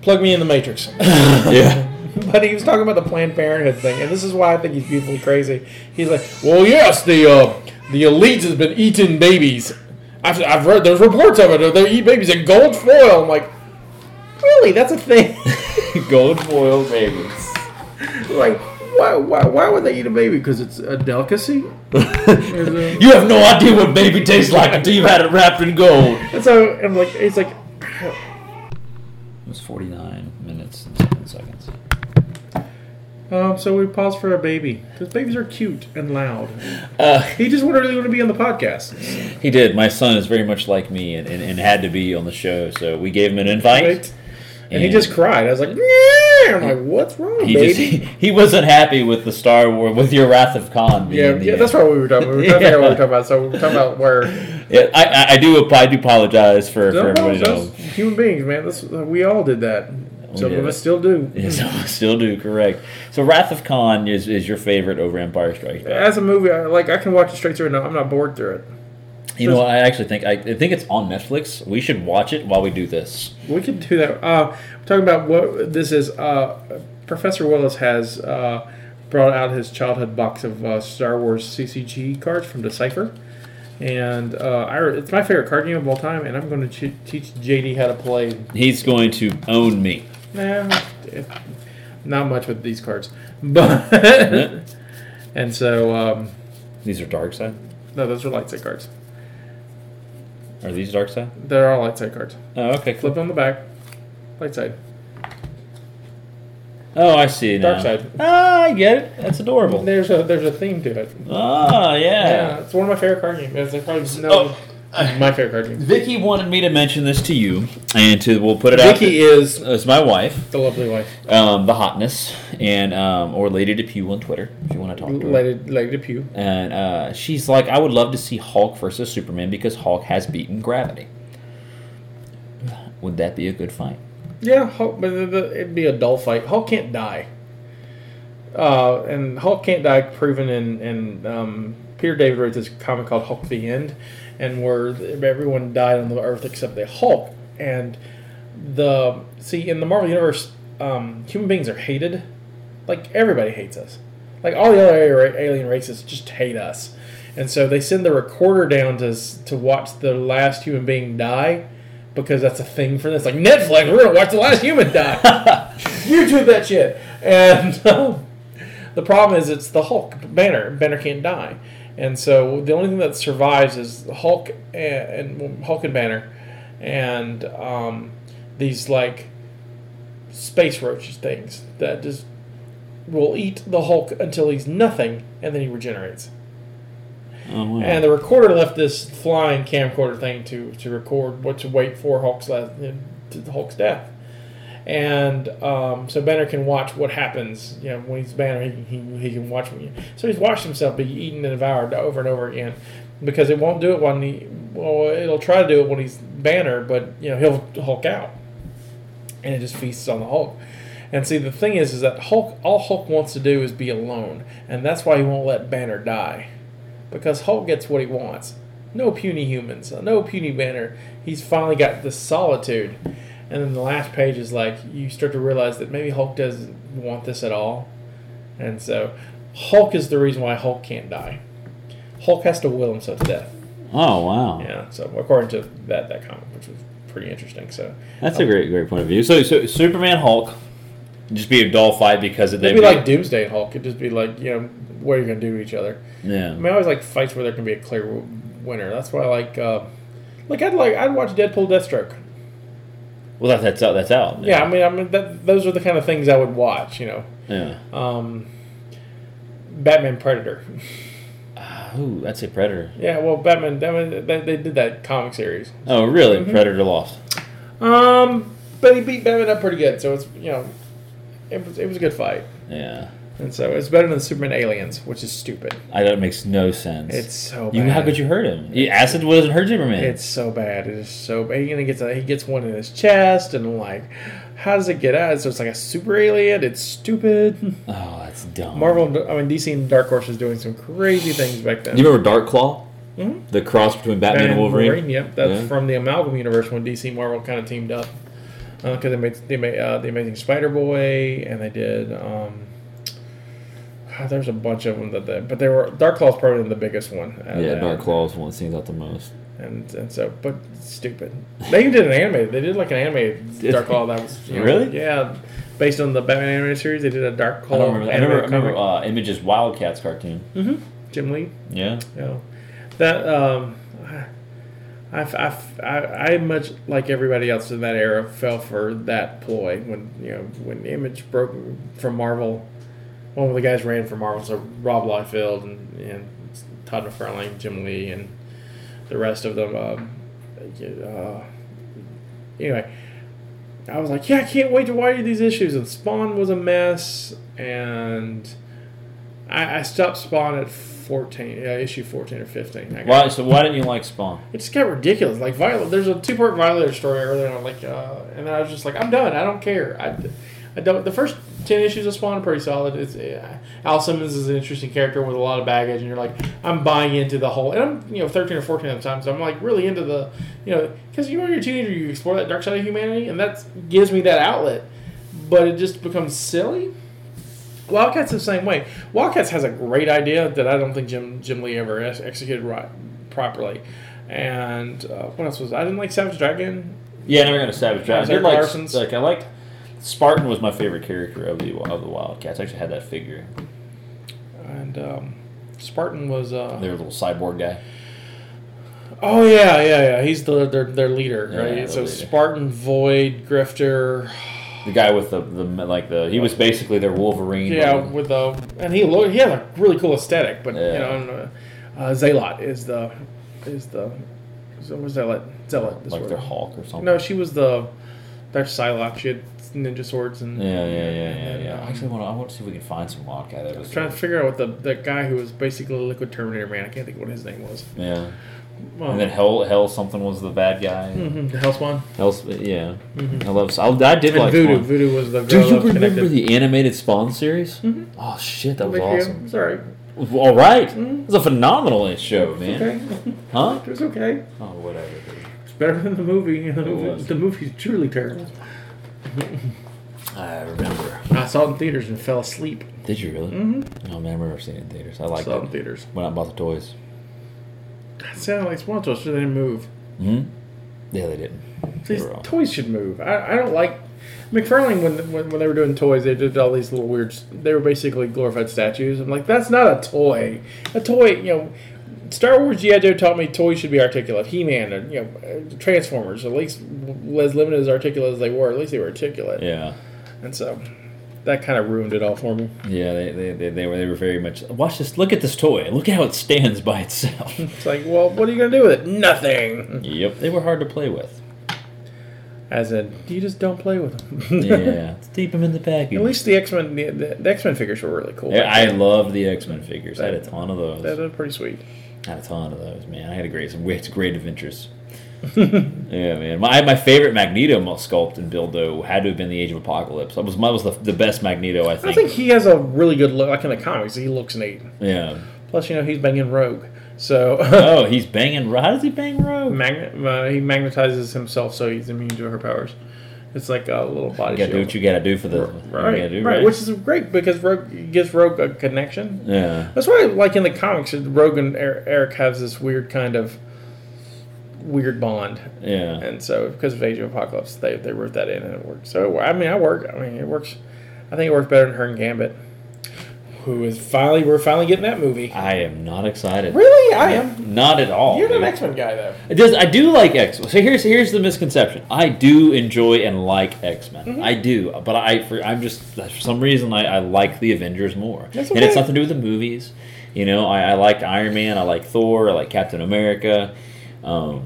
Plug me in the Matrix. yeah. But he was talking about the Planned Parenthood thing, and this is why I think he's beautifully crazy. He's like, "Well, yes, the uh, the elite has been eating babies. I've, I've read there's reports of it. They eat babies in gold foil." I'm like, "Really? That's a thing?" Gold foil babies. like, why, why, why would they eat a baby? Because it's a delicacy. You have no idea what baby tastes like until you've had it wrapped in gold. And so I'm like, it's like, It was 49 minutes and 7 seconds. um, so we pause for a baby because babies are cute and loud. Uh, he just wanted really want to be on the podcast. He did. My son is very much like me and, and, and had to be on the show, so we gave him an invite. Right? And he And- just cried. I was like, "Yeah." I'm like, what's wrong, He baby? just he, wasn't happy with the Star Wars with your Wrath of Khan. Being yeah, the yeah, that's what we were talking. We were talking about what we were talking about. So we were talking about where Yeah, I, I, I do ap- I do apologize for, for no, everybody no, else. that's human beings, man. That's, we all did that. Some did of it. us still do. Yes, I still do correct. So Wrath of Khan is, is your favorite over Empire Strikes Back. As a movie, I, like I can watch it straight through, and I'm not bored through it. You know, what, I actually think I, I think it's on Netflix. We should watch it while we do this. We could do that. Uh, talking about what this is, uh, Professor Willis has uh, brought out his childhood box of uh, Star Wars CCG cards from Decipher, and uh, I, it's my favorite card game of all time. And I'm going to ch- teach JD how to play. He's going to own me. Nah, it- not much with these cards, but and so um, These are dark side. no, those are light side cards. Are these dark side? They're all light side cards. Oh, okay. Cool. Flip on the back, light side. Oh, I see. Now. Dark side. Ah, I get it. That's adorable. There's a there's a theme to it. Ah, yeah. Yeah, it's one of my favorite card games. It's probably no, Oh. my favorite card game. Vicky wanted me to mention this to you, and to we'll put it out. Vicky is is my wife, the lovely wife, um, the hotness, and um, or Lady Depew on Twitter if you want to talk to her. Lady Lady Depew. and uh, she's like, I would love to see Hulk versus Superman because Hulk has beaten gravity. Would that be a good fight? Yeah, Hulk, but the, the, it'd be a dull fight. Hulk can't die. Uh, and Hulk can't die proven in, in um, Peter David wrote this comic called Hulk the End, and where everyone died on the Earth except the Hulk. And the see in the Marvel universe, um, human beings are hated. Like everybody hates us. Like all the other a- alien races just hate us, and so they send the recorder down to s- to watch the last human being die, because that's a thing for this. Like Netflix, we're gonna watch the last human die. YouTube that shit. And um, the problem is, it's the Hulk Banner. Banner can't die, and so the only thing that survives is Hulk and, and Hulk and Banner, and um, these like space roaches things that just will eat the Hulk until he's nothing, and then he regenerates. Oh, wow. And the recorder left this flying camcorder thing to, to record what to wait for Hulk's last, to Hulk's death. And um, so Banner can watch what happens. You know, when he's Banner, he, he, he can watch. When so he's watched himself be eaten and devoured over and over again, because it won't do it when he. Well, it'll try to do it when he's Banner, but you know he'll Hulk out, and it just feasts on the Hulk. And see, the thing is, is that Hulk, all Hulk wants to do is be alone, and that's why he won't let Banner die because Hulk gets what he wants. No puny humans, uh, no puny banner. He's finally got this solitude. And then the last page is like you start to realize that maybe Hulk doesn't want this at all. And so Hulk is the reason why Hulk can't die. Hulk has to will himself to death. oh, wow. Yeah, so according to that that comic, which was pretty interesting. So That's a great, great point of view. So, so Superman Hulk, just be a dull fight because of it'd be like Doomsday and Hulk. It'd just be like, you know, what are you gonna do to each other? yeah. I mean, I always like fights where there can be a clear w- winner. That's why I like, uh, like I'd like I'd watch Deadpool, Deathstroke. Well, that, that's out. That's out. Yeah, I mean, I mean, that, those are the kind of things I would watch. You know, Yeah. um, Batman Predator. Ooh, that's a predator. Yeah, well, Batman. I mean, they, they did that comic series. Oh, really? Predator lost. Um, but he beat Batman up pretty good, so it's you know, it was it was a good fight, Yeah. and so it's better than Superman Aliens, which is stupid. I that makes no sense. It's so bad. you. How could you hurt him? You- Acid doesn't hurt Superman. It's so bad. It is so bad. He gets a, he gets one in his chest, and I'm like, how does it get out? So it's like a super alien. It's stupid. oh, it's dumb. Marvel, and- I mean DC and Dark Horse is doing some crazy things back then. You remember Dark Claw? Mm-hmm. The cross between Batman and, and Wolverine. Yep, that's Yeah. from the Amalgam universe when DC and Marvel kind of teamed up because they made they made uh, the Amazing Spider Boy and they did. Um, God, there's a bunch of them that they, but they were Dark Claw's probably the biggest one. out of Yeah, that. Dark Claw is one that stands out the most. And and so, but stupid. They even did an anime. They did like an anime Did Dark they? Claw that was Really? yeah, based on the Batman animated series. They did a Dark Claw. I don't remember. That. I anime remember, I remember Oh, comic. uh, Image's Wildcats cartoon. Jim Lee. Yeah, you know that um I, I, I, I much like everybody else in that era fell for that ploy when you know when image broke from marvel one of the guys ran for marvel so rob liefeld and, and todd mcfarlane jim lee and the rest of them uh, uh, anyway i was like yeah i can't wait to wire these issues and spawn was a mess and I, I stopped Spawn at 14, uh, issue 14 or 15. I got, Why, so why didn't you like Spawn? It just got ridiculous. Like, Violet, there's a two part Violator story earlier, and I'm like, uh, and then I was just like, I'm done. I don't care. I, I don't. The first 10 issues of Spawn are pretty solid. It's uh, Al Simmons is an interesting character with a lot of baggage, and you're like, I'm buying into the whole. And I'm, you know, 13 or 14 at the time, so I'm like really into the, you know, because you when you're a teenager, you explore that dark side of humanity, and that gives me that outlet. But it just becomes silly. Wildcats the same way. Wildcats has a great idea that I don't think Jim Jim Lee ever ex- executed right, properly. And uh, what else was I didn't like Savage Dragon. Yeah, I never got a Savage Dragon. I Eric did like, Larson's? like I liked Spartan was my favorite character of the of the Wildcats. I actually had that figure. And um, Spartan was. Uh, Their little cyborg guy. oh yeah, yeah, yeah. He's the their, their leader, Yeah, right? the so leader. Spartan, Void, Grifter. The guy with the, the like the he was basically their Wolverine. Yeah, but- with the and he looked he had a really cool aesthetic, but Yeah. you know, and, uh, uh, Zealot is the is the. So was Zealot? Zealot. is like what- their Hulk or something. No, she was the their Psylocke. She had ninja swords and Yeah, yeah, yeah, yeah, yeah. I I'm actually want to. I want to see if we can find some Wildcat episodes. trying to figure out what the the guy who was basically Liquid Terminator man. I can't think of what his name was. Yeah, Well, and then Hell, Hell something was the bad guy. Mhm, the Hellspawn Hell, yeah. I love. I, I did Mm-hmm. and like Voodoo. Spawn. Voodoo was the Do girl you that was remember connected. Mm-hmm. the animated Spawn series? Oh shit, that was Thank you. awesome. It's all right. All right. it was a phenomenal show, man. Mm-hmm. Okay, Huh? it was okay. Oh, whatever. dude. It's better than the movie. The, movie, was. the movie's truly terrible. I remember. I saw it in theaters and fell asleep. Did you really? Mm-hmm. Oh man, I remember seeing it in theaters. I I liked saw it in it. theaters. When I bought the toys. That sounded like Spawn to us. so They didn't move. Yeah, they didn't. They These were all- toys should move. I, I don't like McFarlane when, when when they were doing toys. They did all these little weird. s- They were basically glorified statues. I'm like, that's not a toy. A toy, you know. Star Wars G.I. Joe taught me toys should be articulate. He Man, and you know, uh, Transformers. At least w- as limited as articulate as they were, at least they were articulate. Yeah. And so that kind of ruined it all for me. Yeah, they, they, they, they were they were very much watch this look at this toy. Look at how it stands by itself. It's like, well, what are you gonna do with it? Nothing. yep. They were hard to play with. As in, you just don't play with them. Yeah. Keep them in the package. At least the X Men, the, the, the X Men figures were really cool. Yeah, I loved the X Men figures. I had a ton of those. that was pretty sweet. Had a ton of those, man. I had a great some great, great adventures. yeah, man. My my favorite Magneto mo- sculpt and build though had to have been the Age of Apocalypse. That was that was the, the best Magneto I I think. think he has a really good look. Like in the comics, he looks neat. yeah. Plus, you know, he's banging Rogue, so Oh, he's banging. How does he bang Rogue? magnet, uh, he magnetizes himself, so he's immune to her powers. It's like a little body You gotta do shield. what you gotta do for the. what you right, gotta do, right, which is great because Rogue it gives Rogue a connection. yeah. That's why, like in the comics, Rogue and Er- Eric have this weird kind of weird bond, Yeah. and so because of Age of Apocalypse, they they wrote that in and it worked. So I mean, I work. I mean, it works. I think it works better than her and Gambit, who is finally we're finally getting that movie. I am not excited. Really, I am. Not at all. You're an dude. X Men guy, though. It does. I do like X. So here's here's the misconception. I do enjoy and like X Men. Mm-hmm. I do, but I for, I'm just for some reason I, I like the Avengers more, That's and it's okay. nothing to do with the movies. You know, I, I like Iron Man. I like Thor. I like Captain America. Um,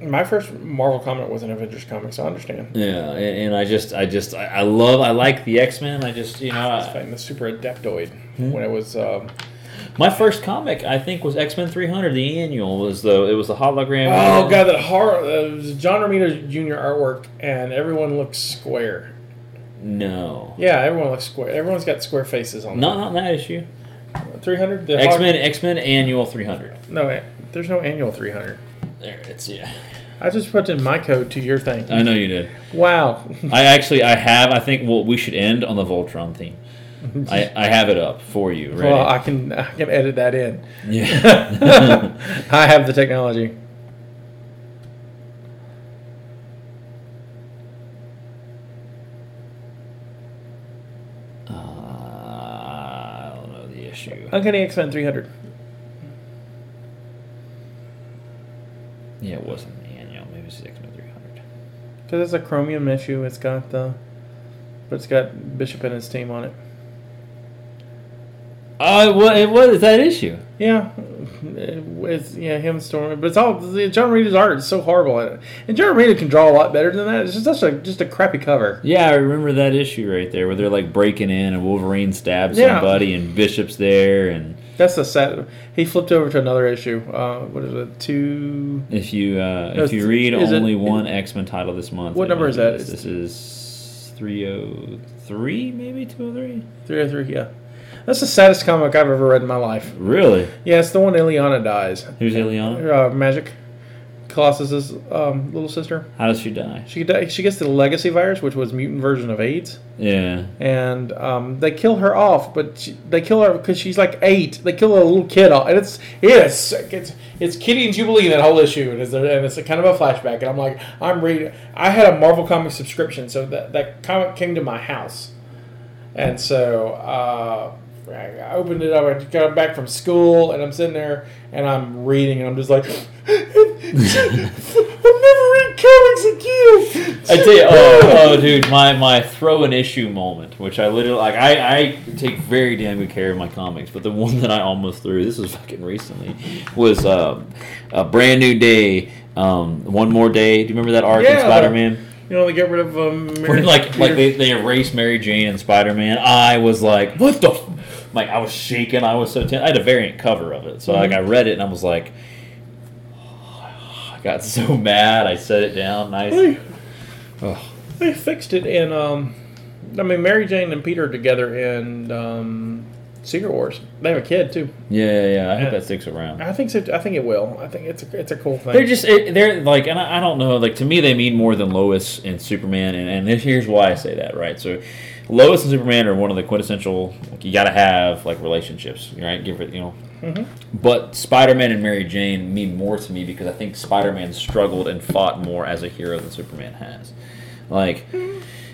My first Marvel comic was an Avengers comic, so I understand. yeah, and, and I just I just I, I love I like the X Men. I just you know I was I- fighting the Super Adeptoid when it was. Um, my first comic I think was X Men 300. The annual was the it was the hologram. oh god, that horror! Uh, it was John Romita Jr. artwork, and everyone looks square. No, Yeah, everyone looks square. Everyone's got square faces on. not on that issue. three hundred. X Men, X Men Annual 300. No, eh, there's no annual three hundred. There, it's yeah. I just put in my code to your thing. I know you did. Wow. I actually, I have. I think well, we should end on the Voltron theme. I, I have it up for you. Ready? Well, I can I can edit that in. yeah. I have the technology. uh, Ah, I don't know the issue. Uncanny X Men three hundred. Yeah, it wasn't the annual. Maybe it's X Men 300. Because it's a Chromium issue. It's got the, but it's got Bishop and his team on it. Uh, well, it was that issue. Yeah, it's yeah him storming, but it's all John Reed's art is so horrible at it, and John Reed can draw a lot better than that. It's just such a just a crappy cover. Yeah, I remember that issue right there where they're like breaking in and Wolverine stabs Yeah. somebody and Bishop's there and That's the sad. He flipped over to another issue. Uh, what is it? Two. if you uh, No, if you read is it- only one X Men title this month, What it number is that? This, this is three oh three, maybe two oh three. Three or three, yeah. That's the saddest comic I've ever read in my life. Really? Yeah, it's the one Ileana dies. Who's Ileana? Uh, Magic, Colossus's um, little sister. How does she die? She di- she gets the legacy virus, which was mutant version of AIDS, Yeah. and um, they kill her off. But she, they kill her because she's like eight. They kill a little kid off, and it's yes, it's it's Kitty and Jubilee in that whole issue, and it's, and it's a kind of a flashback. And I'm like, I'm reading. I had a Marvel comic subscription, so that that comic came to my house. And so uh, I I opened it up. I got back from school, and I'm sitting there and I'm reading, and I'm just like, I'm never reading comics again. I tell you, oh, oh, dude, my, my throw an issue moment, which I literally like. I, I take very damn good care of my comics, but the one that I almost threw, this was fucking recently, was um, a brand new day, um, one more day. Do you remember that arc Yeah, in the- Spider Man? You know, they get rid of um, Mary- Where like Peter- like they, they erased Mary Jane and Spider Man. I was like, what the? F-? Like I was shaking. I was so tense. I had a variant cover of it, so Mm-hmm. like I read it and I was like, I got so mad. I set it down. Nice. They, Ugh. they fixed it in. Um, I mean, Mary Jane and Peter are together in um, Secret Wars. They have a kid too. Yeah, yeah, yeah. I Yeah. hope that sticks around. I think so. I think it will. I think it's a, it's a cool thing. They're just it, they're like, and I, I don't know. Like to me, they mean more than Lois and Superman. And, and this, here's why I say that, right? So, Lois and Superman are one of the quintessential like, you got to have like relationships, right? Give it, you know. But Spider-Man and Mary Jane mean more to me because I think Spider-Man struggled and fought more as a hero than Superman has. Like.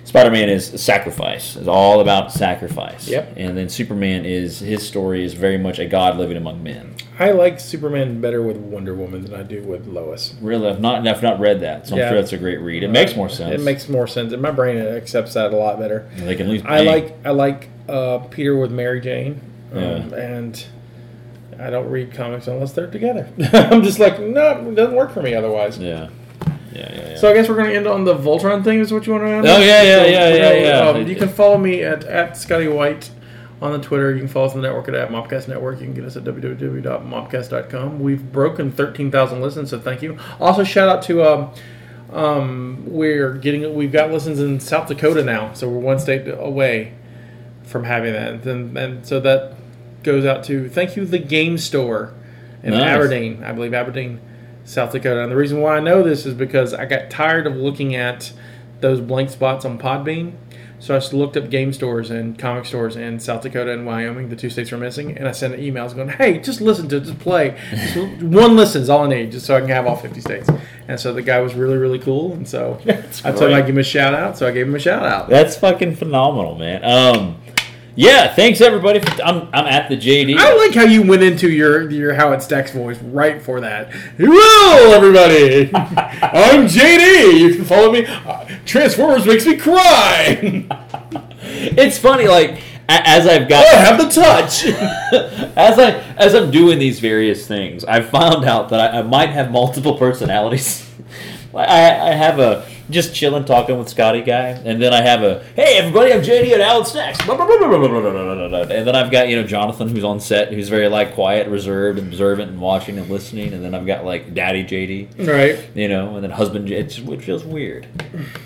Spider-Man is sacrifice. It's all about sacrifice. Yep. And then Superman is his story is very much a god living among men. I like Superman better with Wonder Woman than I do with Lois. Really, I've not I've not read that, so I'm Yeah. Uh, sure that's a great read. It makes more It sense. makes more sense, and my brain accepts that a lot better. they can at least. I bang. like I like uh, Peter with Mary Jane, um, Yeah. and I don't read comics unless they're together. I'm just like, no, it doesn't work for me otherwise. Yeah. Yeah, yeah, yeah. So I guess we're going to end on the Voltron thing. Is what you want to end? Oh, on? yeah, yeah, So yeah, we're yeah, gonna, yeah. Um, you can follow me at, at Scotty White on the Twitter. You can follow us on the network at, at Mobcast Network. You can get us at www.mobcast.com. We've broken thirteen thousand listens, so thank you. Also, shout out to. Um, um, we're getting we've got listens in South Dakota now, so we're one state away from having that, and, and so that goes out to thank you the Game Store in Nice. Aberdeen, I believe Aberdeen, South Dakota. And the reason why I know this is because I got tired of looking at those blank spots on Podbean. So I just looked up game stores and comic stores in South Dakota and Wyoming, the two states are missing, and I sent an email going, "Hey, just listen to it, just play. Just one listen is all I need, just so I can have all 50 states." And so the guy was really, really cool, and so I told him I'd great. give him a shout out, so I gave him a shout out. That's fucking phenomenal, man. Um, yeah. Thanks everybody. For, I'm I'm at the JD. I like how you went into your your how it stacks voice right for that. Hello, everybody. I'm JD. You can follow me. Uh, Transformers makes me cry. It's funny, like a- as I've got. I Oh, have the touch. as I as I'm doing these various things, I've found out that I, I might have multiple personalities. I, I I have a just chilling, talking with Scotty guy, and then I have a hey everybody, I'm JD and Alan Snacks, blah, blah, blah, blah, blah, blah, blah, blah, blah, blah. and then I've got you know Jonathan who's on set, who's very like quiet, reserved, observant, and watching and listening, and then I've got like Daddy JD, Right. you know, and then husband, J- it's, which feels weird.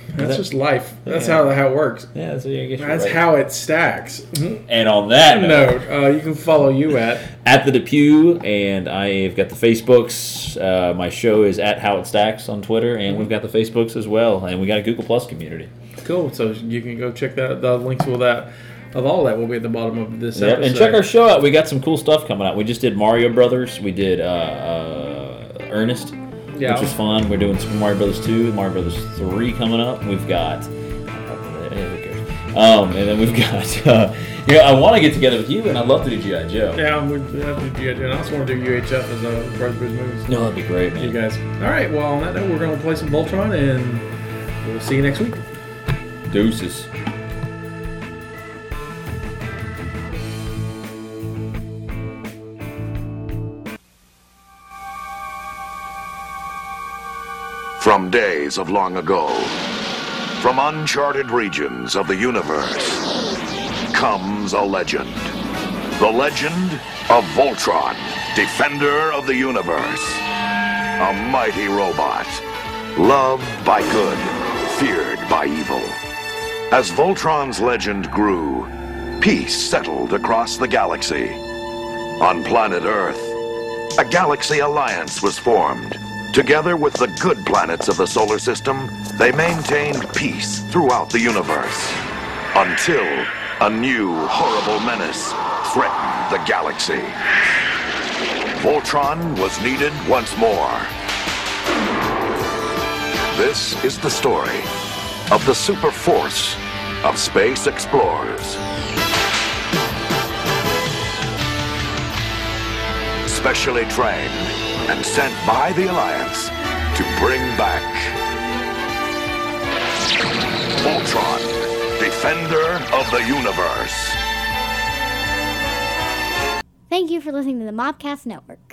That's That- just life. That's Yeah. how how it works. Yeah, so I guess you're That's right. how it stacks. Mhm. And on that note, Note, uh, you can follow you at at the Depew, and I've got the Facebooks. Uh, my show is at How It Stacks on Twitter, and we've got the Facebooks as well, and we got a Google Plus community. cool. So you can go check that. The links will that of all that will be at the bottom of this Yep, episode. and check our show out. We got some cool stuff coming out. We just did Mario Brothers. We did uh, uh, Ernest, yeah. which was fun. We're doing Super Mario Brothers two, Mario Brothers three coming up. We've got. eh, who cares? Um, and then we've got, uh, you know, I want to get together with you, and I'd love to do GI Joe. yeah, I'm with yeah, with you. And I also want to do UHF as a Brothers movies. No, that'd be great, man. You guys. All right. Well, on that note, we're going to play some Voltron, and we'll see you next week. Deuces. From days of long ago, from uncharted regions of the universe, comes a legend. The legend of Voltron, defender of the universe. A mighty robot, loved by good, feared by evil. As Voltron's legend grew, peace settled across the galaxy. On planet Earth, a galaxy alliance was formed. Together with the good planets of the solar system, they maintained peace throughout the universe. Until a new horrible menace threatened the galaxy. Voltron was needed once more. This is the story of the super force of space explorers. specially trained and sent by the Alliance to bring back Ultron, Defender of the Universe. Thank you for listening to the Mobcast Network.